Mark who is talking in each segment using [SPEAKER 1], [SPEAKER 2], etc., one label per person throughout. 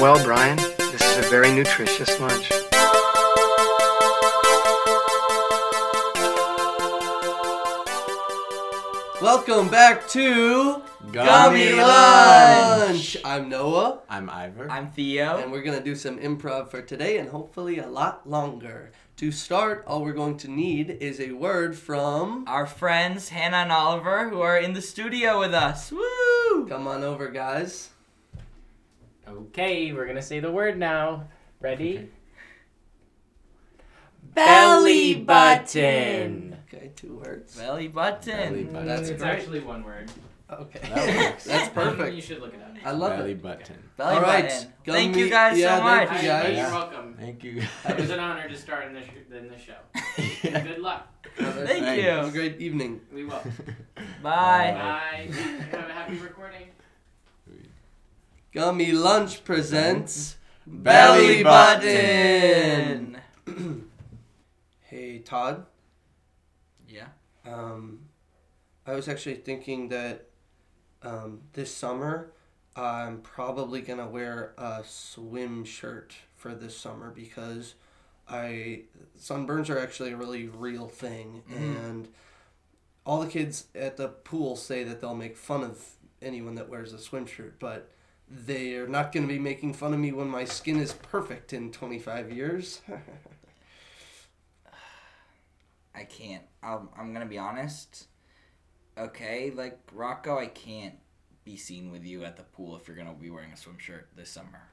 [SPEAKER 1] well, Brian. This is a very nutritious lunch.
[SPEAKER 2] Welcome back to
[SPEAKER 3] Gummy
[SPEAKER 2] Lunch. I'm Noah,
[SPEAKER 3] I'm Ivor.
[SPEAKER 4] I'm Theo.
[SPEAKER 2] and we're gonna do some improv for today, and hopefully a lot longer. To start, all we're going to need is a word from.
[SPEAKER 4] our friends Hannah and Oliver, who are in the studio with us. Woo!
[SPEAKER 2] Come on over, guys.
[SPEAKER 5] Okay, we're gonna say the word now. Ready?
[SPEAKER 3] Belly button.
[SPEAKER 2] Okay, two words.
[SPEAKER 4] Belly button.
[SPEAKER 3] Belly button.
[SPEAKER 2] That's
[SPEAKER 5] it's
[SPEAKER 2] great.
[SPEAKER 5] actually one word.
[SPEAKER 2] Okay,
[SPEAKER 3] That works.
[SPEAKER 2] that's
[SPEAKER 5] You
[SPEAKER 2] perfect.
[SPEAKER 5] should look it up.
[SPEAKER 2] I love
[SPEAKER 3] Belly
[SPEAKER 2] it.
[SPEAKER 3] button.
[SPEAKER 4] Belly
[SPEAKER 2] All right,
[SPEAKER 4] button.
[SPEAKER 2] gummy-
[SPEAKER 4] Thank you guys
[SPEAKER 2] yeah,
[SPEAKER 4] so
[SPEAKER 2] thank
[SPEAKER 4] much.
[SPEAKER 2] you
[SPEAKER 5] Hi,
[SPEAKER 2] guys.
[SPEAKER 5] You're
[SPEAKER 3] Yeah.
[SPEAKER 5] welcome.
[SPEAKER 3] Thank you.
[SPEAKER 5] It was an honor to start in the, sh- in the show. Good luck.
[SPEAKER 4] Thank
[SPEAKER 3] Thanks.
[SPEAKER 4] you.
[SPEAKER 2] Have a great evening.
[SPEAKER 5] We will.
[SPEAKER 4] Bye.
[SPEAKER 5] Bye. Have a happy recording.
[SPEAKER 2] Gummy Lunch presents
[SPEAKER 3] Belly
[SPEAKER 2] Button. Hey, Todd.
[SPEAKER 4] Yeah.
[SPEAKER 2] Um, I was actually thinking that um, this summer I'm probably gonna wear a swim shirt for this summer because I sunburns are actually a really real thing,
[SPEAKER 4] Mm-hmm.
[SPEAKER 2] and all the kids at the pool say that they'll make fun of anyone that wears a swimshirt, but they are not going to be making fun of me when my skin is perfect in 25 years.
[SPEAKER 4] I can't. I'm, I'm gonna be honest. Okay, like Rocco, I can't be seen with you at the pool if you're gonna be wearing a swim shirt this summer.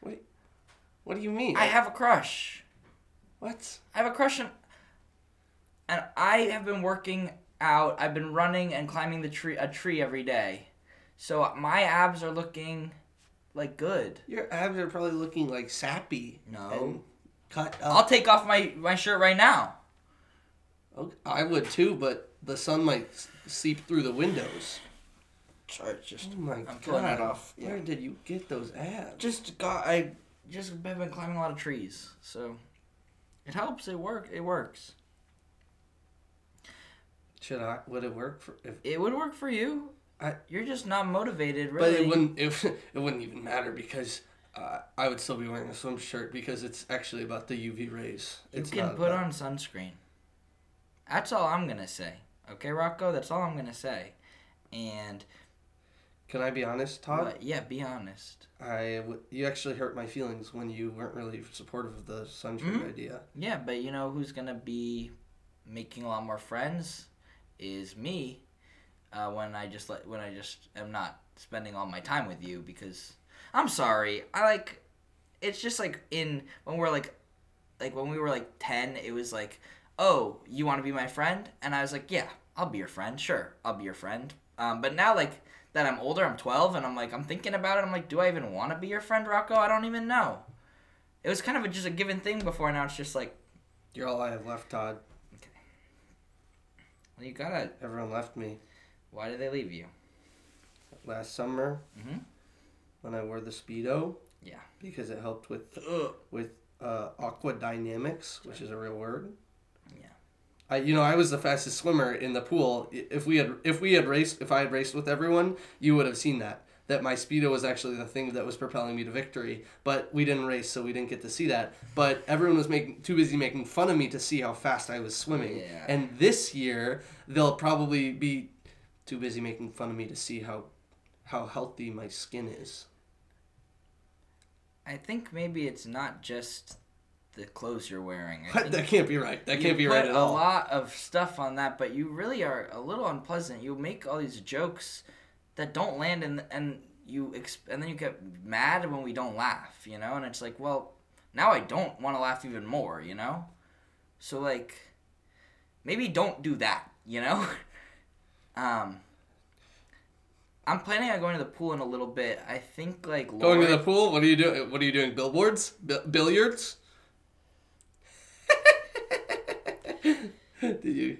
[SPEAKER 2] what do you mean?
[SPEAKER 4] I have a crush.
[SPEAKER 2] what?
[SPEAKER 4] I have a crush on. And I have been working out. I've been running and climbing the tree a tree every day, so my abs are looking like good.
[SPEAKER 2] Your abs are probably looking like sappy.
[SPEAKER 4] No.
[SPEAKER 2] and cut
[SPEAKER 4] I'll
[SPEAKER 2] up.
[SPEAKER 4] take off my my shirt right now.
[SPEAKER 2] Okay, Oh, I would too, but the sun might s- seep through the windows.
[SPEAKER 4] Sorry, it's just
[SPEAKER 2] Oh my
[SPEAKER 4] I'm
[SPEAKER 2] god.
[SPEAKER 4] pulling that off.
[SPEAKER 2] Where did you get those abs?
[SPEAKER 4] just got I just have been climbing a lot of trees, so it helps. It work. It works.
[SPEAKER 2] Should I? Would it work for? If,
[SPEAKER 4] It would work for you.
[SPEAKER 2] I-
[SPEAKER 4] You're just not motivated,
[SPEAKER 2] but
[SPEAKER 4] really.
[SPEAKER 2] it wouldn't. It, it wouldn't even matter because uh, I would still be wearing a swim shirt because it's actually about the UV rays.
[SPEAKER 4] You
[SPEAKER 2] it's
[SPEAKER 4] can
[SPEAKER 2] not
[SPEAKER 4] put
[SPEAKER 2] about-
[SPEAKER 4] on sunscreen. That's all I'm gonna say. Okay, Rocco, that's all I'm gonna say. And
[SPEAKER 2] Can I be honest, Todd?
[SPEAKER 4] but, yeah, be honest.
[SPEAKER 2] I w- you actually hurt my feelings when you weren't really supportive of the sun shirt
[SPEAKER 4] Mhm.
[SPEAKER 2] idea.
[SPEAKER 4] Yeah, but you know who's gonna be making a lot more friends is me. Uh, when I just let when I just am not spending all my time with you because I'm sorry. I like it's just like in when we're like like when we were like 10 it was like oh you want to be my friend and i was like yeah i'll be your friend sure i'll be your friend um, but now like that i'm older i'm 12 and i'm like i'm thinking about it i'm like do i even want to be your friend rocco i don't even know it was kind of a, just a given thing before now it's just like
[SPEAKER 2] You're all I have left, Todd.
[SPEAKER 4] well, you gotta
[SPEAKER 2] Everyone left me
[SPEAKER 4] why did they leave you
[SPEAKER 2] last summer
[SPEAKER 4] Mhm.
[SPEAKER 2] when I wore the speedo.
[SPEAKER 4] Yeah.
[SPEAKER 2] Because it helped with with uh, aqua dynamics, which is a real word.
[SPEAKER 4] Yeah.
[SPEAKER 2] I, you know, I was the fastest swimmer in the pool. I- If we had, if we had raced, if I had raced with everyone, you would have seen that. That my speedo was actually the thing that was propelling me to victory. But we didn't race, so we didn't get to see that. But everyone was making too busy making fun of me to see how fast I was swimming.
[SPEAKER 4] Yeah.
[SPEAKER 2] And this year, they'll probably be too busy making fun of me to see how how healthy my skin is.
[SPEAKER 4] i think maybe it's not just the clothes you're wearing I
[SPEAKER 2] What?
[SPEAKER 4] think
[SPEAKER 2] That can't be right. That
[SPEAKER 4] You
[SPEAKER 2] can't be right
[SPEAKER 4] put
[SPEAKER 2] at all.
[SPEAKER 4] A lot of stuff on that, but you really are a little unpleasant. You make all these jokes that don't land, and and you ex- and then you get mad when we don't laugh, you know. And it's like, well, now I don't want to laugh even more, you know. So like, maybe don't do that, you know. um, I'm planning on going to the pool in a little bit. I think like
[SPEAKER 2] Going to
[SPEAKER 4] Lauren-
[SPEAKER 2] the pool? What are you doing? What are you doing? Billboards? B- billiards? Did you?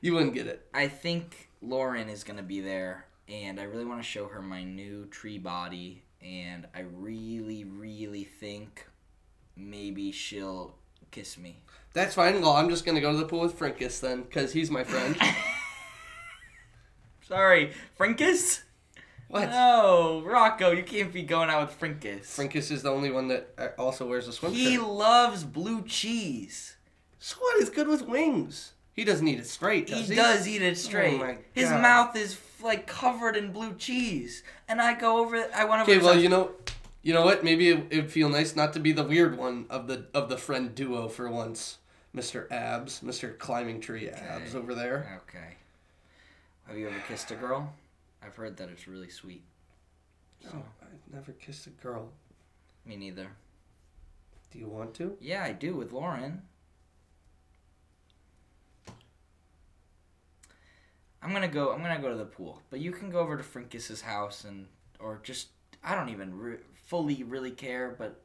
[SPEAKER 2] You wouldn't get it.
[SPEAKER 4] I think Lauren is gonna be there, and I really want to show her my new tree body, and I really, really think maybe she'll kiss me.
[SPEAKER 2] That's fine. Well, I'm just gonna go to the pool with Frinkus then, cause he's my friend.
[SPEAKER 4] Sorry, Frankus.
[SPEAKER 2] What?
[SPEAKER 4] No, Rocco, you can't be going out with Frinkus.
[SPEAKER 2] Frinkus is the only one that uh, also wears a swim
[SPEAKER 4] he
[SPEAKER 2] shirt.
[SPEAKER 4] loves blue cheese.
[SPEAKER 2] Squat is good with wings. He doesn't eat it straight, does
[SPEAKER 4] He,
[SPEAKER 2] he? Oh
[SPEAKER 4] does eat it straight.
[SPEAKER 2] my
[SPEAKER 4] His
[SPEAKER 2] God.
[SPEAKER 4] mouth is like covered in blue cheese, and I go over. I went over.
[SPEAKER 2] Okay,
[SPEAKER 4] to
[SPEAKER 2] well
[SPEAKER 4] some-
[SPEAKER 2] you know, you know what? Maybe it, it'd feel nice not to be the weird one of the of the friend duo for once, Mister Abs, Mister Climbing Tree Abs
[SPEAKER 4] Okay.
[SPEAKER 2] over there.
[SPEAKER 4] Okay. Have you ever kissed a girl? I've heard that it's really sweet.
[SPEAKER 2] No, I've never kissed a girl.
[SPEAKER 4] Me neither.
[SPEAKER 2] Do you want to?
[SPEAKER 4] Yeah, I do with Lauren. I'm gonna go. I'm gonna go to the pool, but you can go over to Frinkus's house and, or just I don't even re- fully really care. But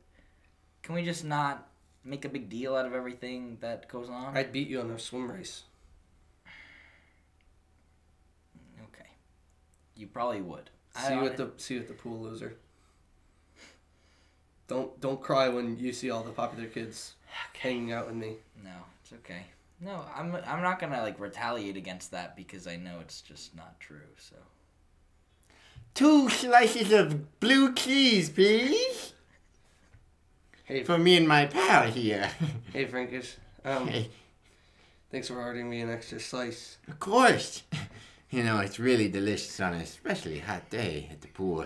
[SPEAKER 4] can we just not make a big deal out of everything that goes on?
[SPEAKER 2] I'd beat you on a swim race.
[SPEAKER 4] Okay. You probably would. I
[SPEAKER 2] See you
[SPEAKER 4] don't-
[SPEAKER 2] at the see you at the pool, loser. Don't don't cry when you see all the popular kids hanging out with me.
[SPEAKER 4] No, it's okay. No, I'm I'm not gonna like retaliate against that because I know it's just not true. So
[SPEAKER 6] Two slices of blue cheese, please.
[SPEAKER 2] Hey.
[SPEAKER 6] For me and my pal here.
[SPEAKER 2] Hey, Frankish. Um,
[SPEAKER 6] Hey,
[SPEAKER 2] thanks for ordering me an extra slice.
[SPEAKER 6] of course. You know, it's really delicious on an especially hot day at the pool.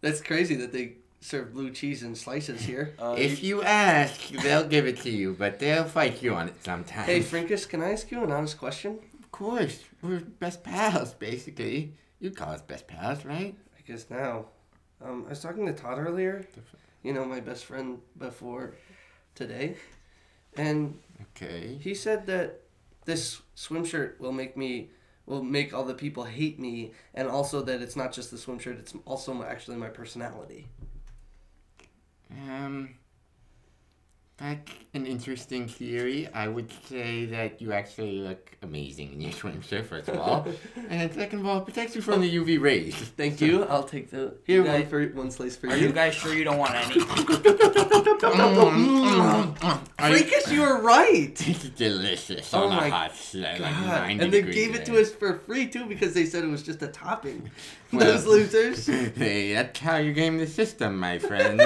[SPEAKER 2] That's crazy that they serve blue cheese in slices here.
[SPEAKER 4] uh,
[SPEAKER 6] If you ask, they'll give it to you, but they'll fight you on it sometimes.
[SPEAKER 2] Hey, Frankus, can I ask you an honest question?
[SPEAKER 6] of course. We're best pals, basically. You call us best pals, right?
[SPEAKER 2] I guess now. Um, I was talking to Todd earlier. You know, my best friend before today, and
[SPEAKER 6] Okay.
[SPEAKER 2] He said that this swim shirt will make me will make all the people hate me and also that it's not just the swim shirt it's also my, actually my personality
[SPEAKER 6] Um, that's an interesting theory. I would say that you actually look amazing in your swim shirt, first of all, and second of all, it protects you from the UV rays.
[SPEAKER 2] thank you i'll take the
[SPEAKER 4] You
[SPEAKER 2] here
[SPEAKER 4] guys-
[SPEAKER 2] one for one slice for
[SPEAKER 4] are
[SPEAKER 2] you,
[SPEAKER 4] you guys sure you don't want any?
[SPEAKER 6] mm,
[SPEAKER 2] Mm.
[SPEAKER 6] Are you-
[SPEAKER 2] Freakish, Oh, you were right
[SPEAKER 6] This is mm. delicious
[SPEAKER 2] Oh
[SPEAKER 6] on a
[SPEAKER 2] my
[SPEAKER 6] hot sled, like
[SPEAKER 2] God.
[SPEAKER 6] 90
[SPEAKER 2] and they
[SPEAKER 6] degree
[SPEAKER 2] gave it to
[SPEAKER 6] day.
[SPEAKER 2] us for free too because they said it was just a topping
[SPEAKER 6] Well.
[SPEAKER 2] those losers
[SPEAKER 6] hey, that's how you game the system, my friend.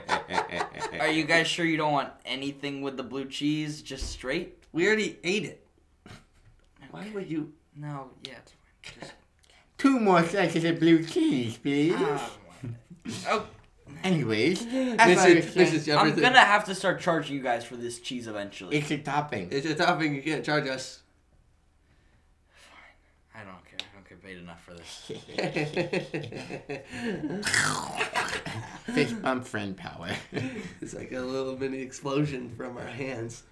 [SPEAKER 4] Are you guys sure you don't want anything with the blue cheese, just straight?
[SPEAKER 2] we already ate it why would you
[SPEAKER 4] No, yeah, it's fine. Just,
[SPEAKER 6] Two more slices of blue cheese, please.
[SPEAKER 4] Ah, oh,
[SPEAKER 6] Anyways, as I
[SPEAKER 2] mrs,
[SPEAKER 6] was saying,
[SPEAKER 2] mrs.
[SPEAKER 4] I'm
[SPEAKER 2] jefferson
[SPEAKER 4] gonna have to start charging you guys for this cheese eventually.
[SPEAKER 6] it's a topping.
[SPEAKER 2] it's a topping you can't charge us
[SPEAKER 4] I don't care. I don't get paid enough for this.
[SPEAKER 2] it's
[SPEAKER 6] Fist bump friend power.
[SPEAKER 2] like a little mini explosion from our hands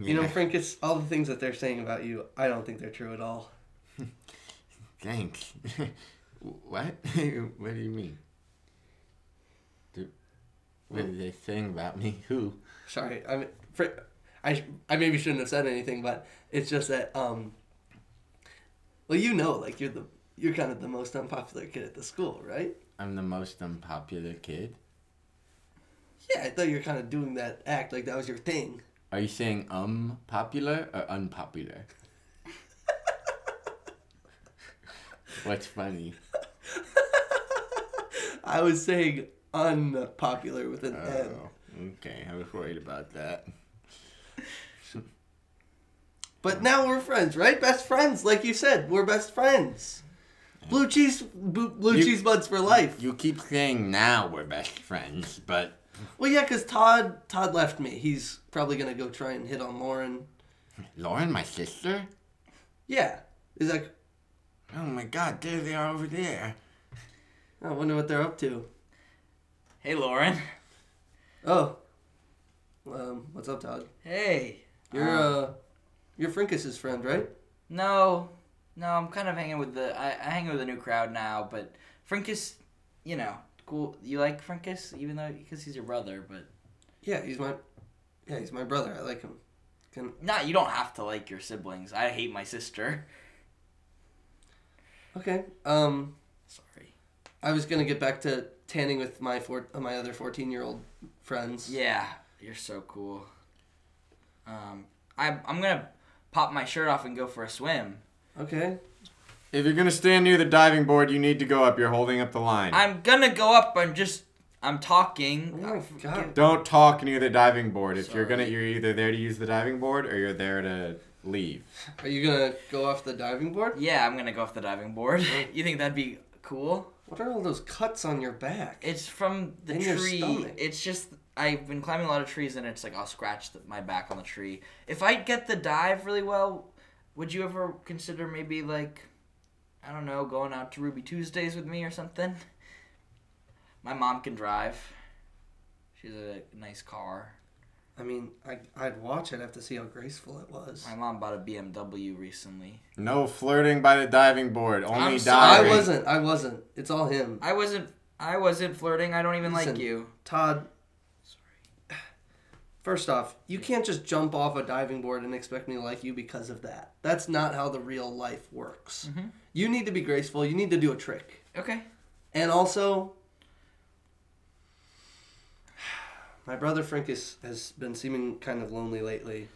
[SPEAKER 2] You know,
[SPEAKER 6] Yeah.
[SPEAKER 2] Frank, it's all the things that they're saying about you, I don't think they're true at all.
[SPEAKER 6] Thanks. what? what do you mean? Do, what are they saying about me? Who?
[SPEAKER 2] Sorry, I mean, Fr- I, I maybe shouldn't have said anything, but it's just that, um, well, you know, like, you're the, you're kind of the most unpopular kid at the school, right?
[SPEAKER 6] I'm the most unpopular kid.
[SPEAKER 2] Yeah, I thought you were kind of doing that act, like that was your thing.
[SPEAKER 6] Are you saying um popular or unpopular? What's funny?
[SPEAKER 2] I was saying unpopular with an N.
[SPEAKER 6] Oh, okay. I was worried about that.
[SPEAKER 2] But now we're friends, right? Best friends, like you said, we're best friends. Blue cheese, bu- blue
[SPEAKER 6] You-
[SPEAKER 2] cheese buds for life.
[SPEAKER 6] You keep saying now we're best friends, but
[SPEAKER 2] Well, yeah, because Todd Todd left me. He's probably gonna go try and hit on Lauren.
[SPEAKER 6] Lauren, my sister?
[SPEAKER 2] Yeah, he's like,
[SPEAKER 6] Oh my god, there they are over there.
[SPEAKER 2] I wonder what they're up to.
[SPEAKER 4] Hey, Lauren.
[SPEAKER 2] Oh, um, what's up, Todd?
[SPEAKER 4] Hey.
[SPEAKER 2] You're
[SPEAKER 4] Um,
[SPEAKER 2] uh, you're Frinkus's friend, right?
[SPEAKER 4] No, no, I'm kind of hanging with the I, I hang with the new crowd now, but Frinkus, you know, cool. You like Frinkus, even though because he's your brother, but
[SPEAKER 2] Yeah, he's my, yeah, he's my brother. I like him. Can
[SPEAKER 4] not you don't have to like your siblings. I hate my sister.
[SPEAKER 2] okay. Um,
[SPEAKER 4] Sorry.
[SPEAKER 2] I was gonna get back to tanning with my four, uh, my other fourteen year old friends.
[SPEAKER 4] Yeah, you're so cool. Um, I I'm gonna pop my shirt off and go for a swim.
[SPEAKER 2] Okay.
[SPEAKER 6] If you're gonna stand near the diving board, you need to go up. You're holding up the line.
[SPEAKER 4] I'm gonna go up. I'm just. I'm talking.
[SPEAKER 2] Oh my god.
[SPEAKER 6] Don't talk near the diving board. If you're
[SPEAKER 4] Sorry.
[SPEAKER 6] gonna, you're either there to use the diving board or you're there to leave.
[SPEAKER 2] Are you gonna go off the diving board?
[SPEAKER 4] Yeah, I'm gonna go off the diving board.
[SPEAKER 2] Oh.
[SPEAKER 4] you think that'd be cool?
[SPEAKER 2] What are all those cuts on your back?
[SPEAKER 4] It's from the
[SPEAKER 2] In your
[SPEAKER 4] tree.
[SPEAKER 2] stomach.
[SPEAKER 4] It's just I've been climbing a lot of trees, and it's like I'll scratch the, my back on the tree. If I get the dive really well, would you ever consider maybe like, I don't know, going out to Ruby Tuesdays with me or something? My mom can drive. She's a nice car.
[SPEAKER 2] I mean, I, I'd watch it. I have to see how graceful it was.
[SPEAKER 4] My mom bought a BMW recently.
[SPEAKER 6] No flirting by the diving board. Only
[SPEAKER 4] I'm
[SPEAKER 2] I
[SPEAKER 4] sorry.
[SPEAKER 6] diving.
[SPEAKER 2] wasn't. I wasn't. It's all him.
[SPEAKER 4] I wasn't. I wasn't flirting. I don't even
[SPEAKER 2] Listen.
[SPEAKER 4] like you.
[SPEAKER 2] Todd. First off, you can't just jump off a diving board and expect me to like you because of that. That's not how the real life works.
[SPEAKER 4] Mm-hmm.
[SPEAKER 2] You need to be graceful. You need to do a trick.
[SPEAKER 4] Okay.
[SPEAKER 2] And also, my brother Frank is, has been seeming kind of lonely lately,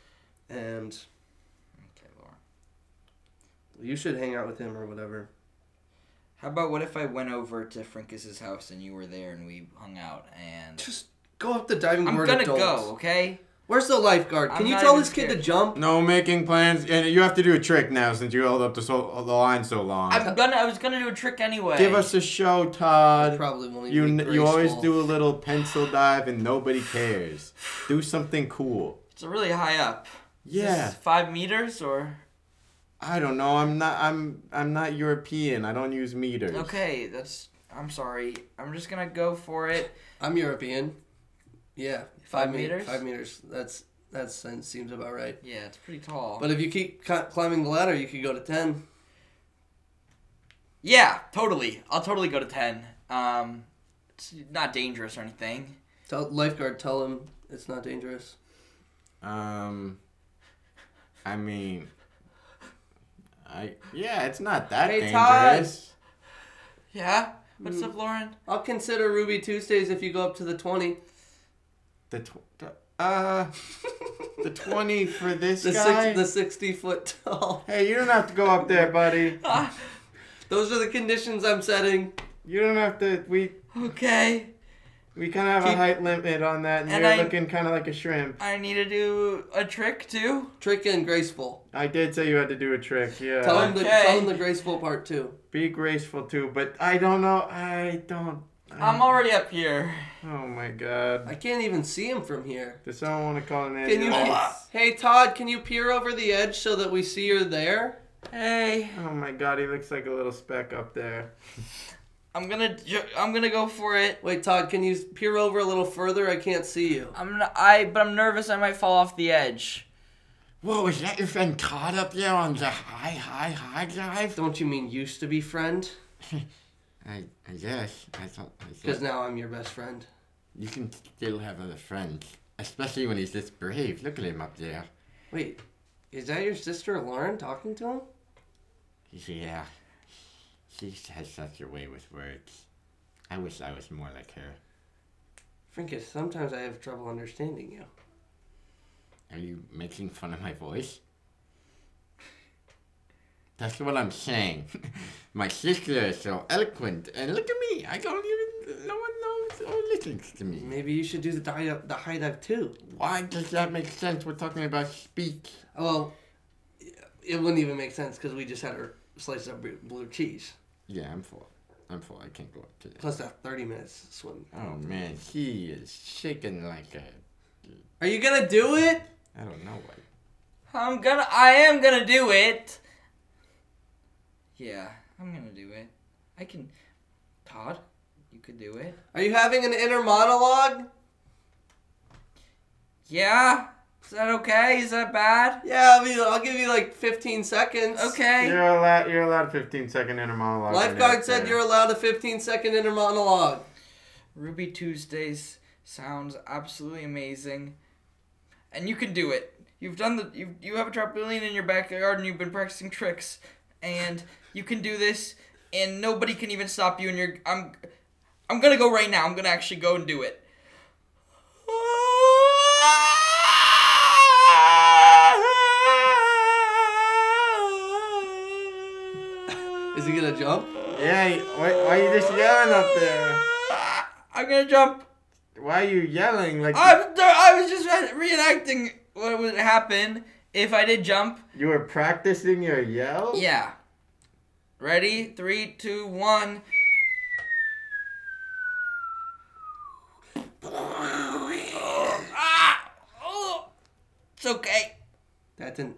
[SPEAKER 2] and
[SPEAKER 4] Okay, Laura.
[SPEAKER 2] you should hang out with him or whatever.
[SPEAKER 4] How about what if I went over to Frankus's house and you were there and we hung out and
[SPEAKER 2] Just go up the diving
[SPEAKER 4] I'm
[SPEAKER 2] board.
[SPEAKER 4] gonna
[SPEAKER 2] adults.
[SPEAKER 4] go, okay?
[SPEAKER 2] Where's the lifeguard? Can
[SPEAKER 4] I'm
[SPEAKER 2] you
[SPEAKER 4] not
[SPEAKER 2] tell
[SPEAKER 4] even
[SPEAKER 2] this kid to
[SPEAKER 4] scared.
[SPEAKER 2] jump?
[SPEAKER 6] No making plans, and you have to do a trick now since you held up the, so, the line so long.
[SPEAKER 4] I'm gonna I was gonna do a trick anyway.
[SPEAKER 6] Give us a show, Todd.
[SPEAKER 2] I probably won't
[SPEAKER 6] You
[SPEAKER 2] even be
[SPEAKER 6] n- you always
[SPEAKER 2] graceful.
[SPEAKER 6] do a little pencil dive and nobody cares. Do something cool.
[SPEAKER 4] It's really high up. Is this
[SPEAKER 6] Yeah,
[SPEAKER 4] five meters or
[SPEAKER 6] I don't know. I'm not. I'm. I'm not European. I don't use meters.
[SPEAKER 4] okay, that's I'm sorry. I'm just gonna go for it.
[SPEAKER 2] I'm European. Yeah,
[SPEAKER 4] Five
[SPEAKER 2] me-
[SPEAKER 4] meters?
[SPEAKER 2] Five meters. That's that sen- seems about right.
[SPEAKER 4] Yeah, it's pretty tall.
[SPEAKER 2] But if you keep cl- climbing the ladder, you could go to ten.
[SPEAKER 4] yeah, totally. I'll totally go to ten. Um it's not dangerous or anything.
[SPEAKER 2] Tell lifeguard, tell him it's not dangerous.
[SPEAKER 6] Um. I mean. I yeah. It's not that
[SPEAKER 4] Hey, Todd.
[SPEAKER 6] dangerous.
[SPEAKER 4] Yeah? What's
[SPEAKER 6] Mm.
[SPEAKER 4] up, Lauren?
[SPEAKER 2] I'll consider Ruby Tuesdays if you go up to the twenty.
[SPEAKER 6] The tw- the- uh. the twenty for this
[SPEAKER 2] The
[SPEAKER 6] guy.
[SPEAKER 2] six, the sixty foot tall.
[SPEAKER 6] hey, you don't have to go up there, buddy.
[SPEAKER 2] Those are the conditions I'm setting.
[SPEAKER 6] You don't have to. We
[SPEAKER 4] Okay.
[SPEAKER 6] we kind of have a
[SPEAKER 4] Keep-
[SPEAKER 6] height limit on that, and,
[SPEAKER 4] And
[SPEAKER 6] you're
[SPEAKER 4] I-
[SPEAKER 6] looking kind of like a shrimp.
[SPEAKER 4] I need to do a trick too.
[SPEAKER 2] Trick and graceful.
[SPEAKER 6] I did say you had to do a trick. Yeah.
[SPEAKER 2] Tell him the
[SPEAKER 4] Okay.
[SPEAKER 2] tell him the graceful part too.
[SPEAKER 6] Be graceful too, but I don't know. I don't. I-
[SPEAKER 4] I'm already up here.
[SPEAKER 6] Oh my god.
[SPEAKER 2] I can't even see him from here.
[SPEAKER 6] Does someone want to call an
[SPEAKER 2] Can you?
[SPEAKER 6] ambulance?
[SPEAKER 2] Hey Todd, can you peer over the edge so that we see you're there?
[SPEAKER 4] Hey.
[SPEAKER 6] Oh my god, he looks like a little speck up there.
[SPEAKER 4] I'm gonna ju- I'm gonna go for it.
[SPEAKER 2] Wait, Todd, can you peer over a little further? I can't see you.
[SPEAKER 4] I'm not, I but I'm nervous. I might fall off the edge.
[SPEAKER 3] Whoa, is that your friend Todd up there on the high, high, high dive?
[SPEAKER 2] Don't you mean used to be friend?
[SPEAKER 3] I, I guess. I thought. I
[SPEAKER 2] Because
[SPEAKER 3] thought
[SPEAKER 2] now I'm your best friend.
[SPEAKER 3] you can still have other friends, especially when he's this brave. Look at him up there.
[SPEAKER 2] Wait, is that your sister Lauren talking to him?
[SPEAKER 3] Yeah. She has such a way with words. I wish I was more like her.
[SPEAKER 2] Frinkus, sometimes I have trouble understanding you.
[SPEAKER 3] Are you making fun of my voice? That's what I'm saying. my sister is so eloquent, and look at me. I don't even. No one knows or listens to me.
[SPEAKER 2] Maybe you should do the dive, the high dive too.
[SPEAKER 3] Why does that make sense? We're talking about speech.
[SPEAKER 2] Well, it wouldn't even make sense because we just had her slice up blue- blue cheese.
[SPEAKER 3] Yeah, I'm full. I'm full. I can't go up to that.
[SPEAKER 2] Plus that 30 minutes swim.
[SPEAKER 3] Oh man, he is shaking like a.
[SPEAKER 2] Are you gonna do it?
[SPEAKER 3] I don't know what.
[SPEAKER 4] I'm gonna I am gonna do it. Yeah, I'm gonna do it. I can. Todd, you could do it.
[SPEAKER 2] Are you having an inner monologue?
[SPEAKER 4] Yeah. Is that okay? Is that bad?
[SPEAKER 2] Yeah, I'll, be, I'll give you like 15 seconds.
[SPEAKER 4] Okay.
[SPEAKER 6] You're allowed. You're allowed 15 second inner monologue. right
[SPEAKER 2] Lifeguard
[SPEAKER 6] up
[SPEAKER 2] said
[SPEAKER 6] there.
[SPEAKER 2] you're allowed a 15 second inner monologue.
[SPEAKER 4] Ruby Tuesdays sounds absolutely amazing, and you can do it. You've done the you you have a trampoline in your backyard and you've been practicing tricks, and you can do this, and nobody can even stop you. And you're I'm I'm gonna go right now. I'm gonna actually go and do it.
[SPEAKER 2] Is he gonna jump?
[SPEAKER 6] Yeah, why, why are you just yelling up there?
[SPEAKER 4] I'm gonna jump.
[SPEAKER 6] Why are you yelling? Like
[SPEAKER 4] I'm, I was just reenacting what would happen if I did jump.
[SPEAKER 6] you were practicing your yell?
[SPEAKER 4] Yeah. Ready? Three, two, one. Ah! Oh! It's okay.
[SPEAKER 2] That didn't.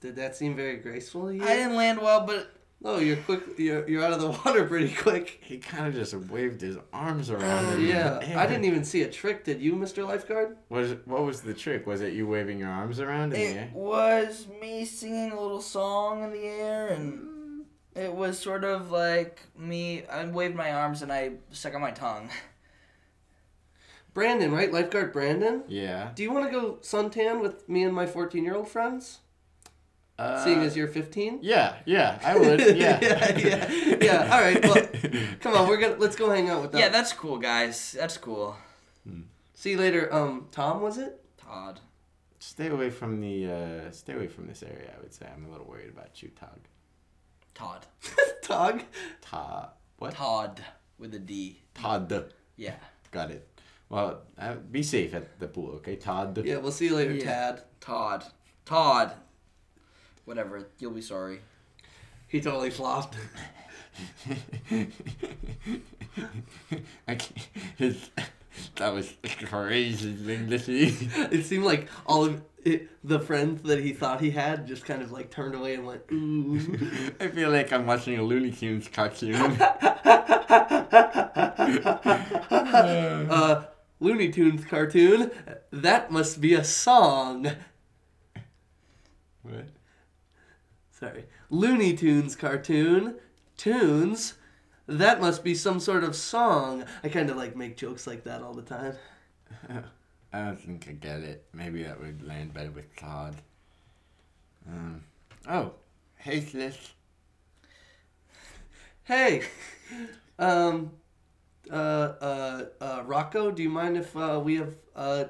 [SPEAKER 2] Did that seem very graceful? to you?
[SPEAKER 4] I didn't land well, but
[SPEAKER 2] No, you're quick. You're, you're out of the water pretty quick.
[SPEAKER 6] He kind of just waved his arms around. in
[SPEAKER 2] Yeah,
[SPEAKER 6] the
[SPEAKER 2] I
[SPEAKER 6] air.
[SPEAKER 2] didn't even see a trick. Did you, Mr. Lifeguard?
[SPEAKER 6] Was what was the trick? Was it you waving your arms around in the air?
[SPEAKER 4] it was me singing a little song in the air, and it was sort of like me. I waved my arms and I stuck out my tongue.
[SPEAKER 2] Brandon, right? Lifeguard Brandon.
[SPEAKER 6] Yeah.
[SPEAKER 2] Do you want to go suntan with me and my 14 year old friends?
[SPEAKER 6] Uh,
[SPEAKER 2] Seeing as you're 15.
[SPEAKER 6] Yeah, yeah, I would. Yeah.
[SPEAKER 2] yeah, yeah, yeah. All right. Well, come on. We're gonna let's go hang out with them.
[SPEAKER 4] Yeah, that's cool, guys. That's cool.
[SPEAKER 2] see you later. Um, Tom was it?
[SPEAKER 4] Todd.
[SPEAKER 6] Stay away from the. Uh, stay away from this area. I would say I'm a little worried about you, Tog.
[SPEAKER 4] Todd.
[SPEAKER 2] Tog.
[SPEAKER 6] Ta. What?
[SPEAKER 4] Todd with a D.
[SPEAKER 6] Todd.
[SPEAKER 4] Yeah.
[SPEAKER 6] Got it. Well, uh, be safe at the pool, okay, Todd?
[SPEAKER 2] Yeah, we'll see you later,
[SPEAKER 4] Yeah.
[SPEAKER 2] Tad.
[SPEAKER 4] Todd. Todd. Whatever. You'll be sorry.
[SPEAKER 2] He totally flopped.
[SPEAKER 6] I can't- his- that was a crazy thing to see.
[SPEAKER 2] it seemed like all of it, the friends that he thought he had just kind of like turned away and went ooh.
[SPEAKER 6] I feel like I'm watching a Looney Tunes cartoon.
[SPEAKER 2] uh, Looney Tunes cartoon. That must be a song.
[SPEAKER 6] what?
[SPEAKER 2] Sorry, Looney Tunes cartoon tunes. That must be some sort of song. I kind of like make jokes like that all the time.
[SPEAKER 6] I don't think I get it. Maybe that would land better with Todd. Um, oh, hey, sis.
[SPEAKER 2] Hey, um, uh, uh, uh, Rocco, do you mind if uh, we have uh,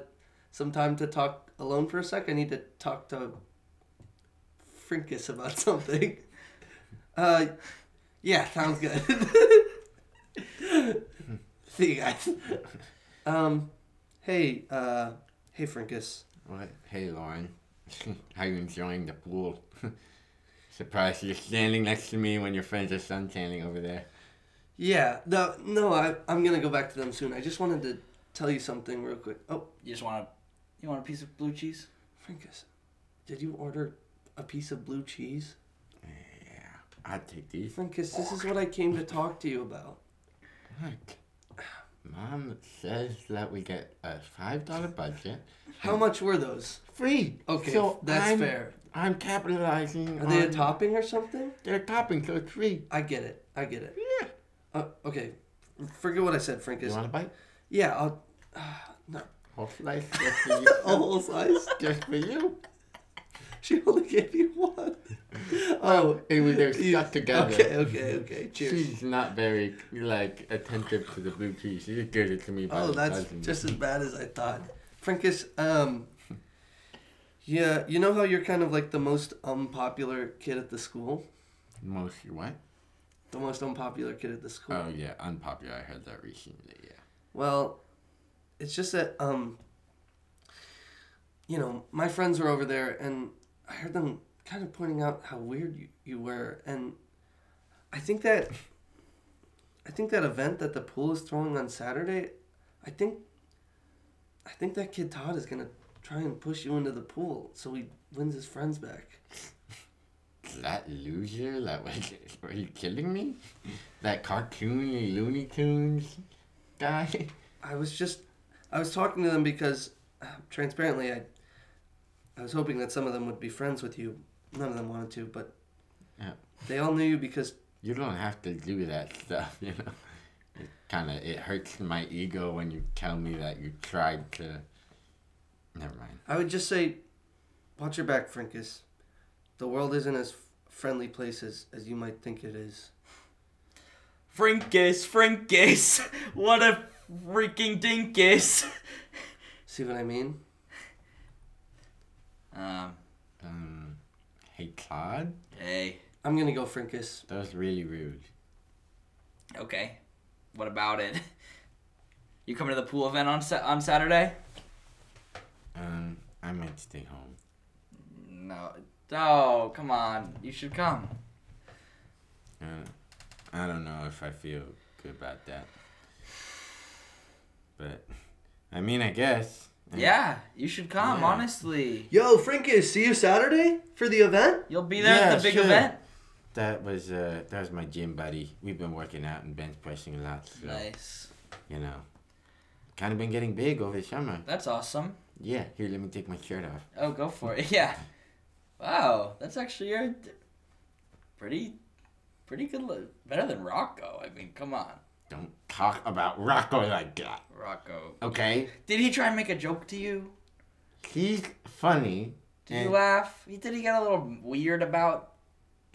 [SPEAKER 2] some time to talk alone for a sec? I need to talk to Frinkus about something. Uh, yeah, sounds good. See you guys. Um, hey, uh, hey, Frinkus.
[SPEAKER 6] What? Hey, Lauren. How you enjoying the pool? Surprised you're standing next to me when your friends are suntanning over there.
[SPEAKER 2] Yeah, no, no, I, I'm gonna go back to them soon. I just wanted to tell you something real quick. Oh,
[SPEAKER 4] You just want a, you want a piece of blue cheese?
[SPEAKER 2] Frankus, did you order a piece of blue cheese?
[SPEAKER 6] Yeah, I'd take these.
[SPEAKER 2] Frankus, this is what I came to talk to you about.
[SPEAKER 6] What? Mom says that we get a five dollar budget.
[SPEAKER 2] How much were those?
[SPEAKER 6] Free.
[SPEAKER 2] Okay,
[SPEAKER 6] Hmm. so
[SPEAKER 2] that's
[SPEAKER 6] I'm,
[SPEAKER 2] fair.
[SPEAKER 6] I'm capitalizing.
[SPEAKER 2] Are they a
[SPEAKER 6] on-
[SPEAKER 2] topping or something?
[SPEAKER 6] They're topping, so it's free.
[SPEAKER 2] I get it. I get it.
[SPEAKER 6] Yeah.
[SPEAKER 2] Uh, okay, forget what I said,
[SPEAKER 6] You
[SPEAKER 2] Frankus.
[SPEAKER 6] want a bite?
[SPEAKER 2] Yeah, I'll. no.
[SPEAKER 6] Whole slice just for you.
[SPEAKER 2] A whole slice?
[SPEAKER 6] just for you.
[SPEAKER 2] She only gave you one.
[SPEAKER 6] Oh, it was they're
[SPEAKER 2] you-
[SPEAKER 6] stuck together.
[SPEAKER 2] Okay, okay, okay. Cheers.
[SPEAKER 6] She's not very like attentive to the blue cheese. She just gives it to me by
[SPEAKER 2] Oh,
[SPEAKER 6] the
[SPEAKER 2] that's
[SPEAKER 6] dozen.
[SPEAKER 2] just as bad as I thought. Frankus, um, yeah, you know how you're kind of like the most unpopular kid at the school?
[SPEAKER 6] mostly what?
[SPEAKER 2] The most unpopular kid at the school?
[SPEAKER 6] Oh yeah, unpopular. I heard that recently. Yeah.
[SPEAKER 2] Well, it's just that, um, you know, my friends were over there and I heard them kind of pointing out how weird you, you were. And I think that, I think that event that the pool is throwing on Saturday, I think, I think that kid Todd is going to try and push you into the pool so he wins his friends back.
[SPEAKER 6] That loser. That was. Are you kidding me? That cartoony Looney Tunes guy.
[SPEAKER 2] I was just, I was talking to them because, uh, transparently, I, I was hoping that some of them would be friends with you. None of them wanted to, but
[SPEAKER 6] Yeah.
[SPEAKER 2] they all knew you because
[SPEAKER 6] You don't have to do that stuff. You know. It kind of it hurts my ego when you tell me that you tried to. Never mind.
[SPEAKER 2] I would just say, watch your back, Frinkus. The world isn't as friendly place as, as you might think it is.
[SPEAKER 4] Frinkus, Frinkus, what a freaking dinkus.
[SPEAKER 2] See what I mean?
[SPEAKER 4] Um,
[SPEAKER 6] Um, hey Todd.
[SPEAKER 4] hey,
[SPEAKER 2] I'm gonna go Frinkus.
[SPEAKER 6] That was really rude.
[SPEAKER 4] Okay. What about it? You coming to the pool event on sa- on Saturday?
[SPEAKER 6] Um, I might stay home.
[SPEAKER 4] No. Oh, come on. You should come.
[SPEAKER 6] Uh, I don't know if I feel good about that. But, I mean, I guess.
[SPEAKER 4] Yeah, you should come,
[SPEAKER 6] Yeah.
[SPEAKER 4] honestly.
[SPEAKER 2] Yo, Frinkus, see you Saturday for the event.
[SPEAKER 4] You'll be there
[SPEAKER 6] Yeah,
[SPEAKER 4] at the big
[SPEAKER 6] sure.
[SPEAKER 4] event.
[SPEAKER 6] That was uh, that was my gym buddy. We've been working out and bench pressing a lot. So,
[SPEAKER 4] Nice.
[SPEAKER 6] You know, kind of been getting big over the summer.
[SPEAKER 4] That's awesome.
[SPEAKER 6] Yeah, here, let me take my shirt off.
[SPEAKER 4] Oh, go for it. Yeah. Wow, that's actually your pretty pretty good look. Better than Rocco. I mean, come on.
[SPEAKER 6] Don't talk about Rocco like that.
[SPEAKER 4] Rocco.
[SPEAKER 6] Okay?
[SPEAKER 4] Did he try and make a joke to you?
[SPEAKER 6] He's funny.
[SPEAKER 4] Did
[SPEAKER 6] and
[SPEAKER 4] you laugh? He Did he get a little weird about?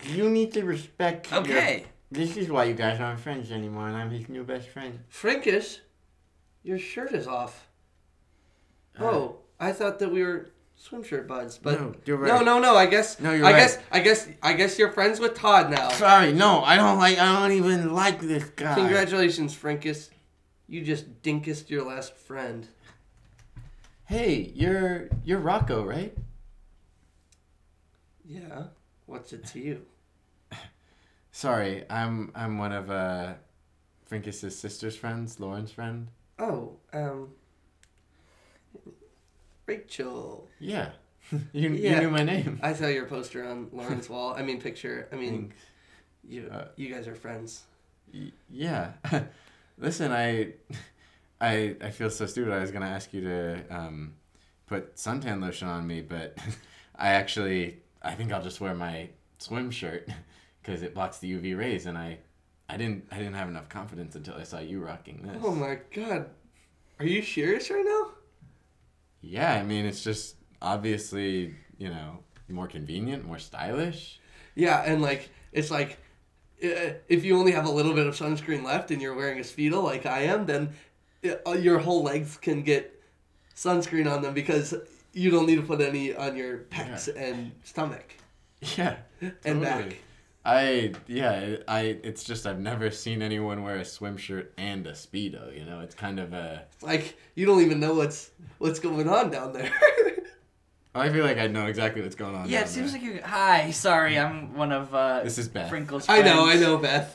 [SPEAKER 6] you need to respect. your-
[SPEAKER 4] Okay.
[SPEAKER 6] this is why you guys aren't friends anymore, and I'm his new best friend.
[SPEAKER 2] Frinkus, your shirt is off. oh, I thought that we were swim shirt buds, but
[SPEAKER 6] Uh, No, you're
[SPEAKER 2] no,
[SPEAKER 6] right.
[SPEAKER 2] no, no, I guess.
[SPEAKER 6] No, you're
[SPEAKER 2] I
[SPEAKER 6] right.
[SPEAKER 2] guess. I guess. I guess you're friends with Todd now.
[SPEAKER 6] Sorry, no, I don't like. I don't even like this guy.
[SPEAKER 2] Congratulations, Frinkus. You just dinkist your last friend.
[SPEAKER 6] Hey, you're you're Rocco, right?
[SPEAKER 2] Yeah. What's it to you?
[SPEAKER 6] Sorry, I'm I'm one of uh, Finkus' sister's friends, Lauren's friend.
[SPEAKER 2] Oh, um. Rachel.
[SPEAKER 6] Yeah, you
[SPEAKER 2] Yeah.
[SPEAKER 6] you knew my name.
[SPEAKER 2] I saw your poster on Lauren's wall. I mean, picture. I mean, you
[SPEAKER 6] Uh,
[SPEAKER 2] you guys are friends.
[SPEAKER 6] Y- yeah. Listen, I, I, I feel so stupid. I was gonna ask you to um, put suntan lotion on me, but I actually, I think I'll just wear my swim shirt because it blocks the UV rays, and I, I didn't, I didn't have enough confidence until I saw you rocking this.
[SPEAKER 2] Oh my god. Are you serious right now?
[SPEAKER 6] Yeah, I mean, it's just obviously, you know, more convenient, more stylish.
[SPEAKER 2] Yeah, and like it's like uh, if you only have a little bit of sunscreen left and you're wearing a speedo like I am, then uh your whole legs can get sunscreen on them because you don't need to put any on your pecs and stomach
[SPEAKER 6] Yeah.
[SPEAKER 2] and
[SPEAKER 6] totally.
[SPEAKER 2] back.
[SPEAKER 6] I yeah, I it's just I've never seen anyone wear a swim shirt and a speedo, you know. It's kind of a
[SPEAKER 2] It's like you don't even know what's what's going on down there.
[SPEAKER 6] I feel like I know exactly what's going on.
[SPEAKER 4] Yeah, it seems like you. Hi, sorry, I'm one of uh,
[SPEAKER 6] This is bad.
[SPEAKER 4] Frinkle's
[SPEAKER 2] I know, I
[SPEAKER 4] friends.
[SPEAKER 2] know, Beth.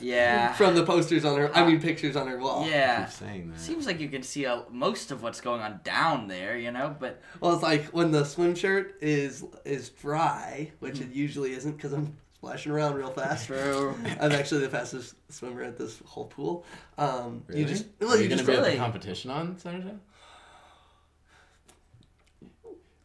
[SPEAKER 4] Yeah. Uh,
[SPEAKER 2] From the posters on her, I mean pictures on her
[SPEAKER 6] oh.
[SPEAKER 2] wall.
[SPEAKER 4] Yeah.
[SPEAKER 6] saying that.
[SPEAKER 4] Seems like you can see uh most of what's going on down there, you know, but
[SPEAKER 2] Well, it's like when the swim shirt is is dry, which
[SPEAKER 6] Hmm.
[SPEAKER 2] it usually isn't because I'm splashing around real fast.
[SPEAKER 4] True.
[SPEAKER 2] I'm actually the fastest swimmer at this whole pool. Um,
[SPEAKER 6] really?
[SPEAKER 2] You just
[SPEAKER 6] Are
[SPEAKER 2] well,
[SPEAKER 6] you,
[SPEAKER 2] you
[SPEAKER 6] gonna
[SPEAKER 2] just
[SPEAKER 6] be at
[SPEAKER 4] really-
[SPEAKER 6] the competition on Saturday?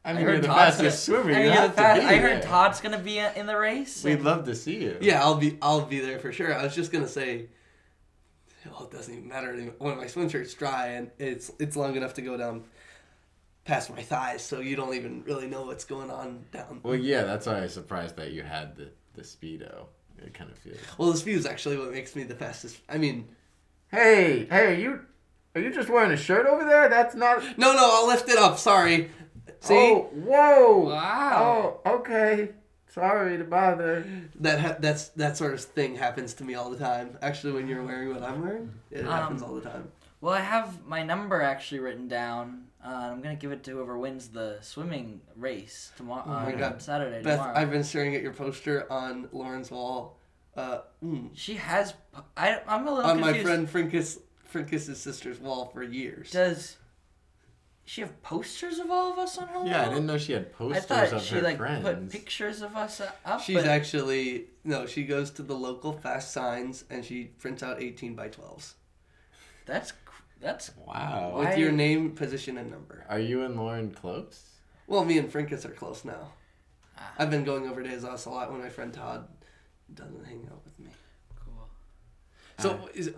[SPEAKER 6] I
[SPEAKER 4] I
[SPEAKER 6] mean,
[SPEAKER 4] heard
[SPEAKER 6] you're the
[SPEAKER 4] Todd's
[SPEAKER 6] fastest
[SPEAKER 4] gonna-
[SPEAKER 6] swimmer.
[SPEAKER 4] I,
[SPEAKER 6] you
[SPEAKER 4] mean,
[SPEAKER 6] have
[SPEAKER 4] the fa-
[SPEAKER 6] to be
[SPEAKER 4] I
[SPEAKER 6] there.
[SPEAKER 4] heard Todd's gonna be in the race.
[SPEAKER 6] We'd
[SPEAKER 4] and-
[SPEAKER 6] love to see you.
[SPEAKER 2] yeah, I'll be I'll be there for sure. I was just gonna say, oh, it doesn't even matter anymore. One of my swim shirts dry and it's it's long enough to go down past my thighs, so you don't even really know what's going on down.
[SPEAKER 6] Well, yeah, that's why I was surprised that you had the the speedo. It kind of feels.
[SPEAKER 2] Well, this view is actually what makes me the fastest. I mean,
[SPEAKER 6] Hey, hey, you. Are you just wearing a shirt over there? That's not
[SPEAKER 2] no, no, I'll lift it up. Sorry. See
[SPEAKER 6] Oh, whoa!
[SPEAKER 4] Wow.
[SPEAKER 6] Oh, okay. Sorry to bother.
[SPEAKER 2] that ha- that's that sort of thing happens to me all the time. Actually, when you're wearing what I'm wearing, it
[SPEAKER 4] Um,
[SPEAKER 2] happens all the time.
[SPEAKER 4] Well, I have my number actually written down. Uh, and I'm gonna give it to whoever wins the swimming race tomorrow. Oh
[SPEAKER 2] my God.
[SPEAKER 4] Saturday
[SPEAKER 2] Beth,
[SPEAKER 4] tomorrow.
[SPEAKER 2] I've been staring at your poster on Lauren's wall. Uh, mm,
[SPEAKER 4] She has. p- I, am a little
[SPEAKER 2] on my
[SPEAKER 4] confused.
[SPEAKER 2] friend Frinkus Frinkus' sister's wall for years.
[SPEAKER 4] Does she have posters of all of us on her
[SPEAKER 6] Yeah, I
[SPEAKER 4] wall?
[SPEAKER 6] didn't know she had
[SPEAKER 4] Oh. I
[SPEAKER 6] posters
[SPEAKER 4] thought
[SPEAKER 6] of
[SPEAKER 4] she
[SPEAKER 6] her
[SPEAKER 4] like put
[SPEAKER 6] friends.
[SPEAKER 4] pictures of us up.
[SPEAKER 2] She's
[SPEAKER 4] but-
[SPEAKER 2] actually no. She goes to the local fast signs and she prints out 18 by 12s
[SPEAKER 4] That's cr- that's
[SPEAKER 6] wow.
[SPEAKER 2] with
[SPEAKER 4] Why-
[SPEAKER 2] your name, position, and number.
[SPEAKER 6] Are you and Lauren close?
[SPEAKER 2] Well, me and Frinkus are close now.
[SPEAKER 4] Ah.
[SPEAKER 2] I've been going over to his house a lot when my friend Todd doesn't hang out with me.
[SPEAKER 4] cool.
[SPEAKER 2] So is